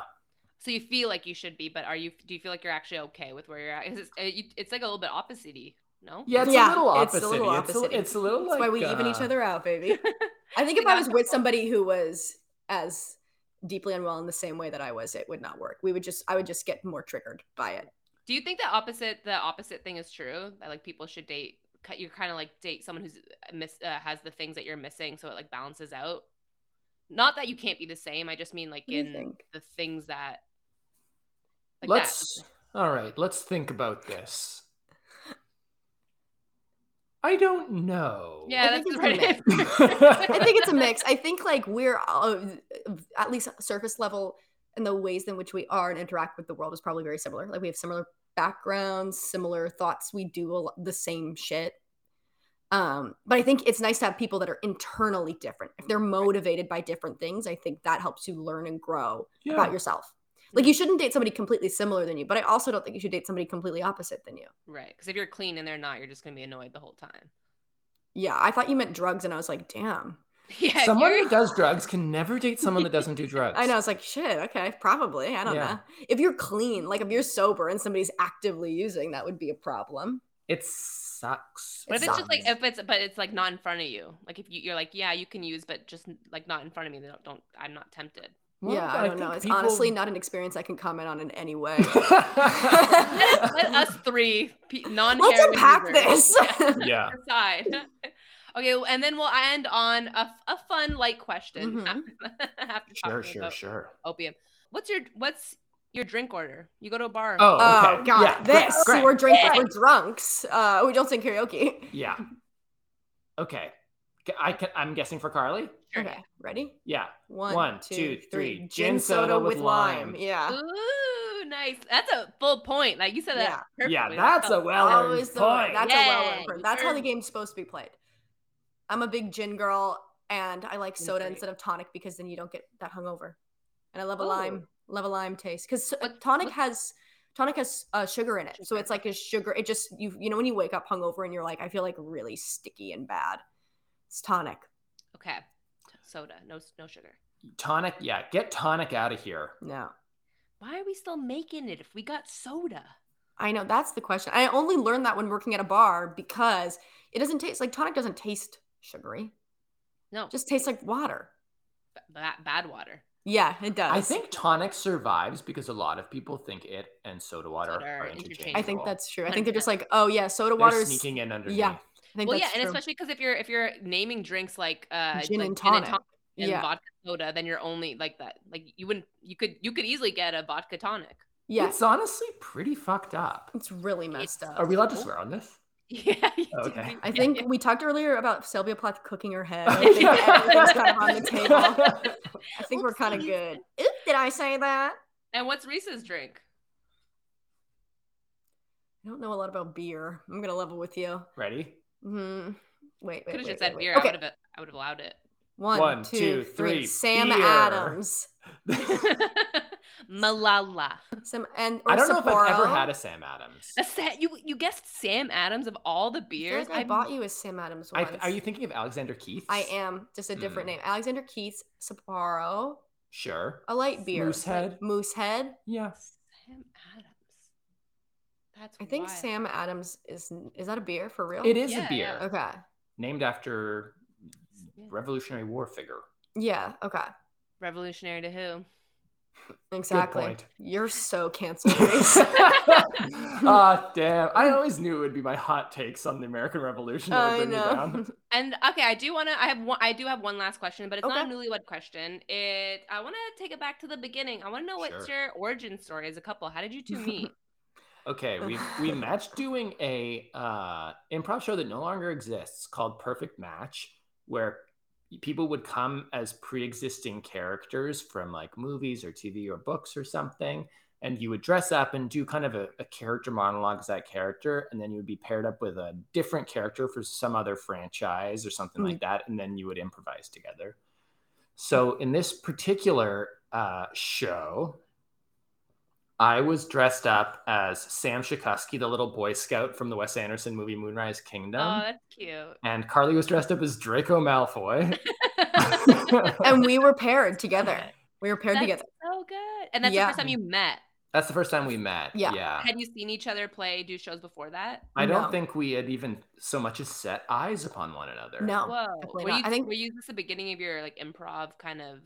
Speaker 1: So you feel like you should be, but are you? Do you feel like you're actually okay with where you're at? Is it, uh, you- it's like a little bit opposite-y, no?
Speaker 3: Yeah, it's
Speaker 2: Yeah,
Speaker 3: a little
Speaker 2: it's
Speaker 3: opposite.
Speaker 2: a little
Speaker 3: It's a,
Speaker 2: opposite-y.
Speaker 3: it's a little
Speaker 2: That's
Speaker 3: like
Speaker 2: why we even each
Speaker 3: uh,
Speaker 2: other out, baby. I think
Speaker 1: We
Speaker 2: if I
Speaker 1: got
Speaker 2: was with somebody who was as deeply unwell in the same way that I was, it would not work. We would just, I would just get more triggered by it.
Speaker 1: Do you think the opposite, the opposite thing is true? That like people should date cut you're kind of like date someone who's miss uh, has the things that you're missing so it like balances out not that you can't be the same i just mean like
Speaker 2: do you
Speaker 1: in
Speaker 2: think?
Speaker 1: the things that like
Speaker 3: let's
Speaker 1: that
Speaker 3: all right let's think about this i don't know
Speaker 1: yeah
Speaker 2: I
Speaker 1: that's the
Speaker 2: think
Speaker 1: right
Speaker 2: it's
Speaker 1: answer.
Speaker 2: I think it's a mix. I think like we're uh, at least surface level and the ways in which we are and interact with the world is probably very similar. Like we have similar backgrounds, similar thoughts. We do a lo- the same shit. Um, but I think it's nice to have people that are internally different. If they're motivated by different things, I think that helps you learn and grow
Speaker 3: Yeah.
Speaker 2: about yourself. Like you shouldn't date somebody completely similar than you, but I also don't think you should date somebody completely opposite than you.
Speaker 1: right because if you're clean and they're not you're just gonna be annoyed the whole time
Speaker 2: Yeah, I thought you meant drugs, and I was like, damn.
Speaker 1: yeah if
Speaker 3: someone
Speaker 1: you're-
Speaker 3: who does drugs can never date someone that doesn't do drugs
Speaker 2: I know. It's like shit. Okay, probably. I don't
Speaker 3: Yeah.
Speaker 2: know. If you're clean, like if you're sober and somebody's actively using, that would be a problem.
Speaker 3: it sucks
Speaker 1: What if
Speaker 2: It
Speaker 1: it's just like
Speaker 2: sucks.
Speaker 1: if it's but it's like not in front of you? Like if you, you're like, yeah, you can use, but just like not in front of me. They don't, don't I'm not tempted.
Speaker 3: Well,
Speaker 2: yeah, I don't know.
Speaker 3: think
Speaker 2: It's honestly
Speaker 3: people-
Speaker 2: not an experience I can comment on in any way.
Speaker 1: Let, let us three non
Speaker 2: Let's unpack this.
Speaker 3: yeah
Speaker 1: aside. okay, well, and then we'll end on a, f- a fun light question
Speaker 2: Mhm.
Speaker 1: after, after
Speaker 3: sure
Speaker 1: talking
Speaker 3: sure
Speaker 1: about
Speaker 3: sure
Speaker 1: opium. What's your what's your drink order? You go to a bar.
Speaker 3: oh
Speaker 2: Oh
Speaker 3: okay.
Speaker 2: god,
Speaker 3: yeah, great,
Speaker 2: this
Speaker 3: great.
Speaker 2: we're drinking, we're drunks. Uh, we don't sing karaoke.
Speaker 3: yeah okay Ca- I can, I'm guessing for Carly.
Speaker 1: Sure.
Speaker 2: Okay, ready?
Speaker 3: Yeah.
Speaker 2: One,
Speaker 3: One,
Speaker 2: two,
Speaker 3: two,
Speaker 2: three.
Speaker 3: three.
Speaker 2: Gin,
Speaker 3: Gin
Speaker 2: soda,
Speaker 3: soda
Speaker 2: with
Speaker 3: with
Speaker 2: lime.
Speaker 3: lime.
Speaker 2: Yeah.
Speaker 1: Ooh, nice. That's a full point. Like you said that.
Speaker 3: Yeah,
Speaker 1: perfectly.
Speaker 3: that's a
Speaker 1: felt-
Speaker 3: well earned
Speaker 2: Always the one.
Speaker 3: point.
Speaker 2: That's a well
Speaker 1: Yay.
Speaker 2: earned That's how the
Speaker 1: Earned.
Speaker 2: game's supposed to be played. I'm a big gin girl, and I like
Speaker 1: Gin's
Speaker 2: soda
Speaker 1: great.
Speaker 2: instead of tonic because then you don't get that hungover. And I love a
Speaker 1: Oh.
Speaker 2: lime, love a lime taste because
Speaker 1: What-
Speaker 2: tonic
Speaker 1: what-
Speaker 2: has tonic has uh, sugar in it, so
Speaker 1: Sugar.
Speaker 2: it's like a sugar. It just you you know when you wake up hungover and you're like I feel like really sticky and bad. It's tonic.
Speaker 1: Okay. Soda, no s- no sugar.
Speaker 3: tonic. Yeah, get tonic out of here.
Speaker 2: No,
Speaker 1: Why are we still making it if we got soda?
Speaker 2: I know that's the question. I only learned that when working at a bar because it doesn't taste like tonic doesn't taste sugary.
Speaker 1: No,
Speaker 2: It
Speaker 1: just
Speaker 2: just tastes like water.
Speaker 1: bad, bad water.
Speaker 2: Yeah, it does.
Speaker 3: I think tonic survives because a lot of people think it and soda water
Speaker 1: Soda are
Speaker 3: are interchangeable.
Speaker 1: interchangeable.
Speaker 2: I think that's true. I think they're just like, oh yeah, soda
Speaker 3: They're
Speaker 2: water is.
Speaker 3: sneaking in underneath.
Speaker 2: yeah, I think
Speaker 1: Well, yeah,
Speaker 2: that's
Speaker 1: and
Speaker 2: true.
Speaker 1: especially because if you're if you're naming drinks like uh
Speaker 2: gin,
Speaker 1: like
Speaker 2: and tonic.
Speaker 1: and
Speaker 2: yeah,
Speaker 1: vodka soda, then you're only like that. Like you wouldn't you could you could easily get a vodka tonic.
Speaker 2: yeah, it's,
Speaker 3: It's honestly pretty fucked up.
Speaker 2: really messed
Speaker 3: Are
Speaker 2: up.
Speaker 3: we allowed to swear on this?
Speaker 1: Yeah. you
Speaker 3: Oh,
Speaker 1: did-
Speaker 3: okay.
Speaker 1: you-
Speaker 2: I
Speaker 1: yeah,
Speaker 2: think
Speaker 1: yeah.
Speaker 2: we talked earlier about Sylvia Plath cooking her head. I think everything's kind of on the table. I think we're kind of
Speaker 1: Oopsies.
Speaker 2: good. Oop, did I say that?
Speaker 1: And what's Reese's drink?
Speaker 2: I don't know a lot about beer. I'm gonna level with you.
Speaker 3: Ready?
Speaker 2: Hmm. Wait, wait,
Speaker 1: Could have
Speaker 2: wait,
Speaker 1: just
Speaker 2: wait,
Speaker 1: said
Speaker 2: wait.
Speaker 1: beer. I
Speaker 2: Okay,
Speaker 1: would have I would have allowed it.
Speaker 3: One,
Speaker 2: one, two,
Speaker 3: two,
Speaker 2: three.
Speaker 3: three,
Speaker 2: Sam
Speaker 3: beer.
Speaker 2: Adams.
Speaker 1: Malala.
Speaker 2: Some and or
Speaker 3: I don't know if I've ever
Speaker 2: Sapporo.
Speaker 3: had a Sam Adams.
Speaker 1: A set you you guessed Sam Adams of all the
Speaker 2: I feel
Speaker 1: beers.
Speaker 2: like I
Speaker 1: I'm-
Speaker 2: bought you a Sam Adams
Speaker 3: I
Speaker 2: once.
Speaker 3: th- are you thinking of Alexander Keith?
Speaker 2: I am just a different
Speaker 3: Mm.
Speaker 2: name. Alexander Keats, Sapporo,
Speaker 3: Sure.
Speaker 2: a light beer.
Speaker 3: Moosehead.
Speaker 2: Moosehead.
Speaker 3: Yeah.
Speaker 1: Sam Adams. That's
Speaker 2: I think
Speaker 1: wild.
Speaker 2: Sam Adams is is that a beer for real?
Speaker 3: It is
Speaker 1: Yeah,
Speaker 3: a beer
Speaker 1: yeah.
Speaker 2: Okay.
Speaker 3: named after
Speaker 1: Yeah.
Speaker 3: Revolutionary War figure.
Speaker 2: Yeah. Okay.
Speaker 1: Revolutionary to who?
Speaker 2: Exactly.
Speaker 3: point.
Speaker 2: You're so canceled. Grace.
Speaker 3: Ah, damn. I always knew it would be my hot takes on the American Revolution that would
Speaker 2: I
Speaker 3: bring me
Speaker 2: know.
Speaker 3: down.
Speaker 1: And okay, I do want to. I have one. I do have one last question, but it's not
Speaker 2: Okay.
Speaker 1: a newlywed question. It. I want to take it back to the beginning. I want to know what's
Speaker 3: Sure.
Speaker 1: your origin story as a couple. How did you two meet?
Speaker 3: Okay, we we matched doing a uh, improv show that no longer exists called Perfect Match, where people would come as pre-existing characters from like movies or TV or books or something, and you would dress up and do kind of a, a character monologue as that character, and then you would be paired up with a different character for some other franchise or something
Speaker 2: Mm-hmm.
Speaker 3: like that, and then you would improvise together. So in this particular uh, show, I was dressed up as Sam Shakusky, the little Boy Scout from the Wes Anderson movie Moonrise Kingdom,
Speaker 1: oh,
Speaker 2: Uh,
Speaker 1: that's cute.
Speaker 3: and Carly was dressed up as Draco Malfoy.
Speaker 2: and we were paired together. We were paired
Speaker 1: That's
Speaker 2: together.
Speaker 1: so good. And that's
Speaker 2: Yeah.
Speaker 1: the first time you met.
Speaker 3: That's the first time we met.
Speaker 2: Yeah.
Speaker 1: Had you seen each other play do shows before that?
Speaker 3: I don't
Speaker 2: No.
Speaker 3: think we had even so much as set eyes upon one another.
Speaker 2: No.
Speaker 1: Whoa.
Speaker 2: definitely
Speaker 1: Were
Speaker 2: not.
Speaker 1: you,
Speaker 2: I think-
Speaker 1: were you just the beginning of your like improv kind of?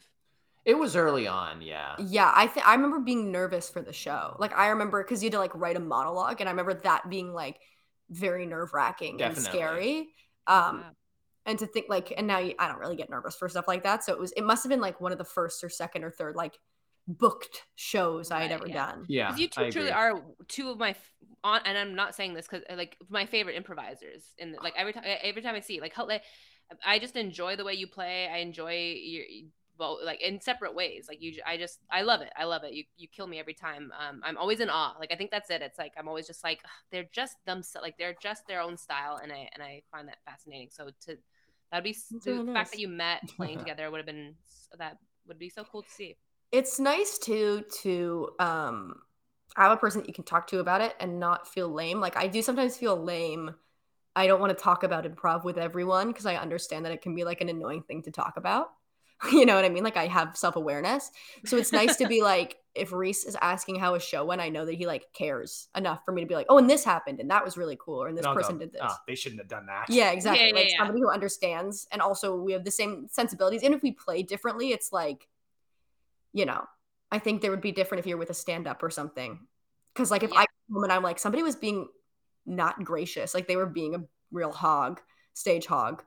Speaker 3: It was early on, yeah.
Speaker 2: Yeah, I think I remember being nervous for the show. Like I remember because you had to like write a monologue, and I remember that being like very nerve wracking and
Speaker 3: Definitely.
Speaker 2: scary. Um,
Speaker 1: Wow.
Speaker 2: and to think like, and now you, I don't really get nervous for stuff like that. So it was, it must have been like one of the first or second or third like booked shows I had
Speaker 1: Right,
Speaker 2: ever
Speaker 1: yeah.
Speaker 2: done.
Speaker 3: Yeah,
Speaker 1: 'Cause you
Speaker 3: I
Speaker 1: two truly
Speaker 3: agree.
Speaker 1: are two of my f- on, and I'm not saying this because like my favorite improvisers. And like every time, every time I see like how like I just enjoy the way you play. I enjoy your both like in separate ways. Like you, j- I just I love it. I love it. You you kill me every time. Um, I'm always in awe. Like I think that's it. It's like I'm always just like "Ugh, they're just themselves. Like they're just their own style, and I and I find that fascinating. So to that'd be s-
Speaker 2: That's
Speaker 1: the
Speaker 2: really
Speaker 1: fact
Speaker 2: nice.
Speaker 1: that you met playing together would have been s- that would be so cool to see.
Speaker 2: It's nice too to um have a person that you can talk to about it and not feel lame. Like I do sometimes feel lame. I don't want to talk about improv with everyone because I understand that it can be like an annoying thing to talk about. You know what I mean? Like I have self-awareness. So it's nice to be like if Reese is asking how a show went, I know that he like cares enough for me to be like, "Oh, and this happened and that was really cool or and this
Speaker 3: And I'll
Speaker 2: person
Speaker 3: go,
Speaker 2: did this."
Speaker 3: "Ah, they shouldn't have done that.
Speaker 2: Yeah, exactly.
Speaker 1: yeah,
Speaker 2: like
Speaker 1: yeah.
Speaker 2: somebody who understands, and also we have the same sensibilities. And if we play differently, it's like, you know, I think there would be different if you're with a stand up or something. Because like if
Speaker 1: Yeah.
Speaker 2: I come home and I'm like somebody was being not gracious, like they were being a real hog, stage hog.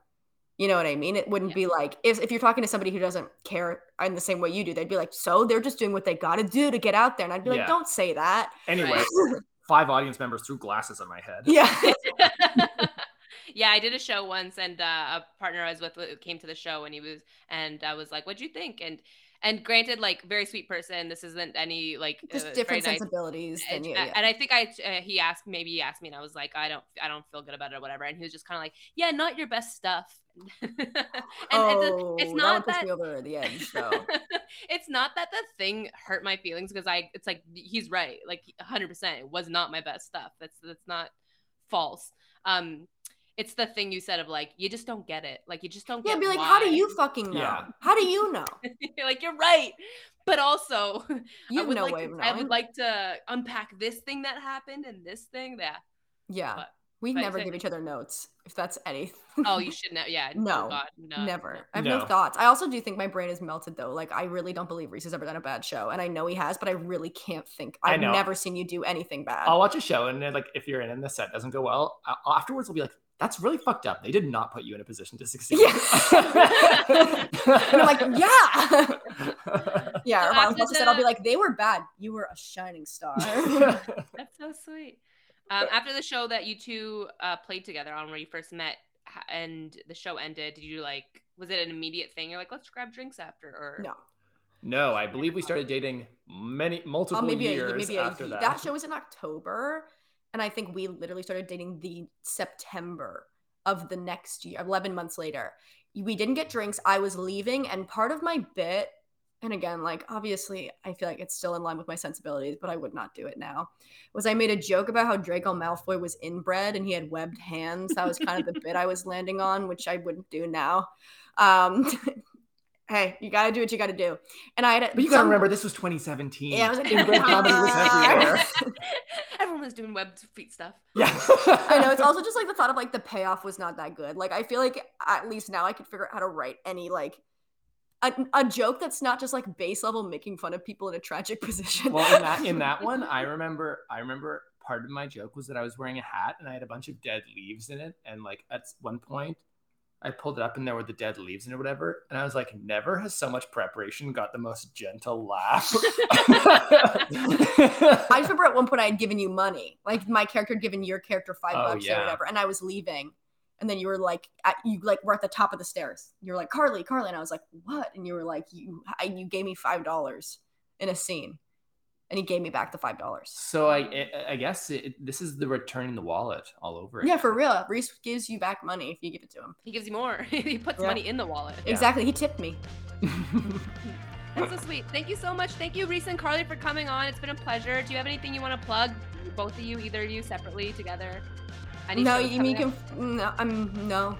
Speaker 2: You know what I mean? It wouldn't
Speaker 1: Yeah.
Speaker 2: be like if, if you're talking to somebody who doesn't care in the same way you do, they'd be like, so they're just doing what they got to do to get out there. And I'd be like,
Speaker 3: Yeah.
Speaker 2: don't say that.
Speaker 3: Anyway, five audience members threw glasses on my head.
Speaker 2: yeah.
Speaker 1: yeah, I did a show once, and uh, a partner I was with w- came to the show, and he was, and I was like, "What'd you think?" And and granted, like very sweet person. This isn't any like
Speaker 2: Just
Speaker 1: uh,
Speaker 2: different
Speaker 1: very nice-
Speaker 2: sensibilities than
Speaker 1: and,
Speaker 2: you.
Speaker 1: I-
Speaker 2: yeah.
Speaker 1: and I think I uh, he asked maybe he asked me, and I was like, "I don't I don't feel good about it or whatever." And he was just kind of like, "Yeah, not your best stuff." and
Speaker 2: oh,
Speaker 1: it's, it's
Speaker 2: that one
Speaker 1: not
Speaker 2: pushed
Speaker 1: that
Speaker 2: me over the edge though.
Speaker 1: it's not that the thing hurt my feelings because I it's like he's right like 100% it was not my best stuff that's that's not false um it's the thing you said of like you just don't get it like you just don't
Speaker 2: Yeah,
Speaker 1: get
Speaker 2: be like, how do
Speaker 1: why."
Speaker 2: you fucking know?
Speaker 3: Yeah.
Speaker 2: How do you know?
Speaker 1: You're like you're right but also
Speaker 2: You
Speaker 1: I
Speaker 2: have
Speaker 1: would
Speaker 2: no
Speaker 1: like
Speaker 2: way
Speaker 1: to,
Speaker 2: of knowing.
Speaker 1: I would like to unpack this thing that happened and this thing that
Speaker 2: yeah,
Speaker 1: but-
Speaker 2: we
Speaker 1: but
Speaker 2: never
Speaker 1: to-
Speaker 2: give each other notes if that's anything.
Speaker 1: oh you should know yeah oh
Speaker 2: No,
Speaker 1: God, no
Speaker 2: never.
Speaker 1: no.
Speaker 2: I have no.
Speaker 3: No.
Speaker 2: thoughts. I also do think my brain is melted though. Like I really don't believe Reese has ever done a bad show, and I know he has, but I really can't think.
Speaker 3: I
Speaker 2: I've
Speaker 3: know.
Speaker 2: never seen you do anything bad.
Speaker 3: I'll watch a show and then, like if you're in and the set doesn't go well, I- afterwards I'll be like, "That's really fucked up. They did not put you in a position to succeed."
Speaker 2: Yes. and I'm like, yeah, yeah.
Speaker 1: So
Speaker 2: Or if I'm
Speaker 1: after
Speaker 2: just said, I'll be
Speaker 1: the-
Speaker 2: like, they were bad. You were a shining star.
Speaker 1: That's so sweet. Um, after the show that you two uh, played together on, where you first met, h- and the show ended, did you like? Was it an immediate thing? You're like, let's grab drinks after, or
Speaker 2: no,
Speaker 3: no, I believe we started dating many multiple
Speaker 2: oh, maybe
Speaker 3: years
Speaker 2: a, maybe a,
Speaker 3: after
Speaker 2: ye-
Speaker 3: that.
Speaker 2: show was in October, and I think we literally started dating the September of the next year, eleven months later. We didn't get drinks. I was leaving, and part of my bit, and again, like obviously, I feel like it's still in line with my sensibilities, but I would not do it now. Was I made a joke about how Draco Malfoy was inbred and he had webbed hands? That was kind of the bit I was landing on, which I wouldn't do now. Um, hey, you got to do what you got to do. And I had,
Speaker 3: But you gotta remember, this was 2017.
Speaker 2: Yeah, I was like,
Speaker 3: Inbred comedy was everywhere.
Speaker 1: everyone was doing web feet stuff.
Speaker 3: Yeah,
Speaker 2: I know it's also just like the thought of like the payoff was not that good. Like I feel like at least now I could figure out how to write any like a, a joke that's not just like base level making fun of people in a tragic position.
Speaker 3: well in that in that one i remember i remember part of my joke was that i was wearing a hat and i had a bunch of dead leaves in it and like at one point i pulled it up and there were the dead leaves in it or whatever and i was like never has so much preparation got the most gentle laugh
Speaker 2: I just remember at one point I had given you money, like my character had given your character five
Speaker 3: Oh,
Speaker 2: bucks or
Speaker 3: yeah.
Speaker 2: whatever, and I was leaving, and then you were like, at, you like were at the top of the stairs. You're like Carly, Carly, and I was like, what? And you were like, you I, you gave me five dollars in a scene, and he gave me back the five dollars.
Speaker 3: so i I- i guess it, this is the returning the wallet all over
Speaker 2: Yeah,
Speaker 3: again.
Speaker 2: for real. Reese gives you back money if you give it to him.
Speaker 1: He gives you more. he puts
Speaker 2: Yeah.
Speaker 1: money in the wallet.
Speaker 3: Yeah.
Speaker 2: Exactly. He tipped me.
Speaker 1: That's so sweet. Thank you so much. Thank you, Reese and Carly, for coming on. It's been a pleasure. Do you have anything you want to plug? Both of you, either of you, separately, together. Any
Speaker 2: no,
Speaker 1: shows
Speaker 2: you, you
Speaker 1: coming
Speaker 2: can. No, I'm no,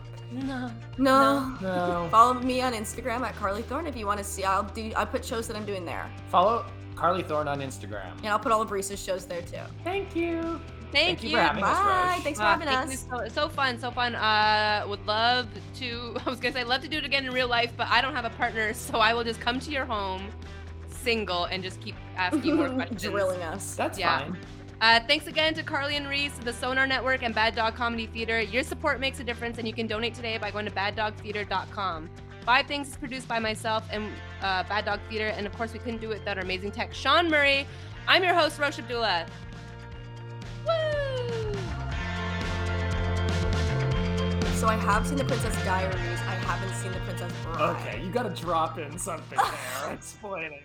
Speaker 1: up?
Speaker 2: no.
Speaker 3: no
Speaker 2: Follow me on Instagram at Carly Thorne if you want to see. I'll do. I put shows that I'm doing there,
Speaker 3: follow carly thorne on instagram
Speaker 2: and I'll put all of Reese's shows there too.
Speaker 3: thank you
Speaker 1: Thank,
Speaker 3: Thank you for having us,
Speaker 2: Bye.
Speaker 3: Rose.
Speaker 2: Thanks for
Speaker 1: Wow,
Speaker 2: having
Speaker 1: Ah, thank
Speaker 2: us.
Speaker 1: you. So, so fun, so fun. Uh, would love to. I was gonna say, love to do it again in real life, but I don't have a partner, so I will just come to your home, single, and just keep asking more questions.
Speaker 2: Drilling us.
Speaker 3: that's
Speaker 1: Yeah.
Speaker 3: fine
Speaker 1: Uh, thanks again to Carly and Reese, the Sonar Network, and Bad Dog Comedy Theater. Your support makes a difference, and you can donate today by going to baddogtheater.com. Five Things is produced by myself and uh, Bad Dog Theater, and of course, we couldn't do it without our amazing tech, Sean Murray. I'm your host, Rosh Abdullah. Woo!
Speaker 2: So I have seen The Princess Diaries. I haven't seen The Princess Bride.
Speaker 3: Okay, you gotta drop in something there. Explain it.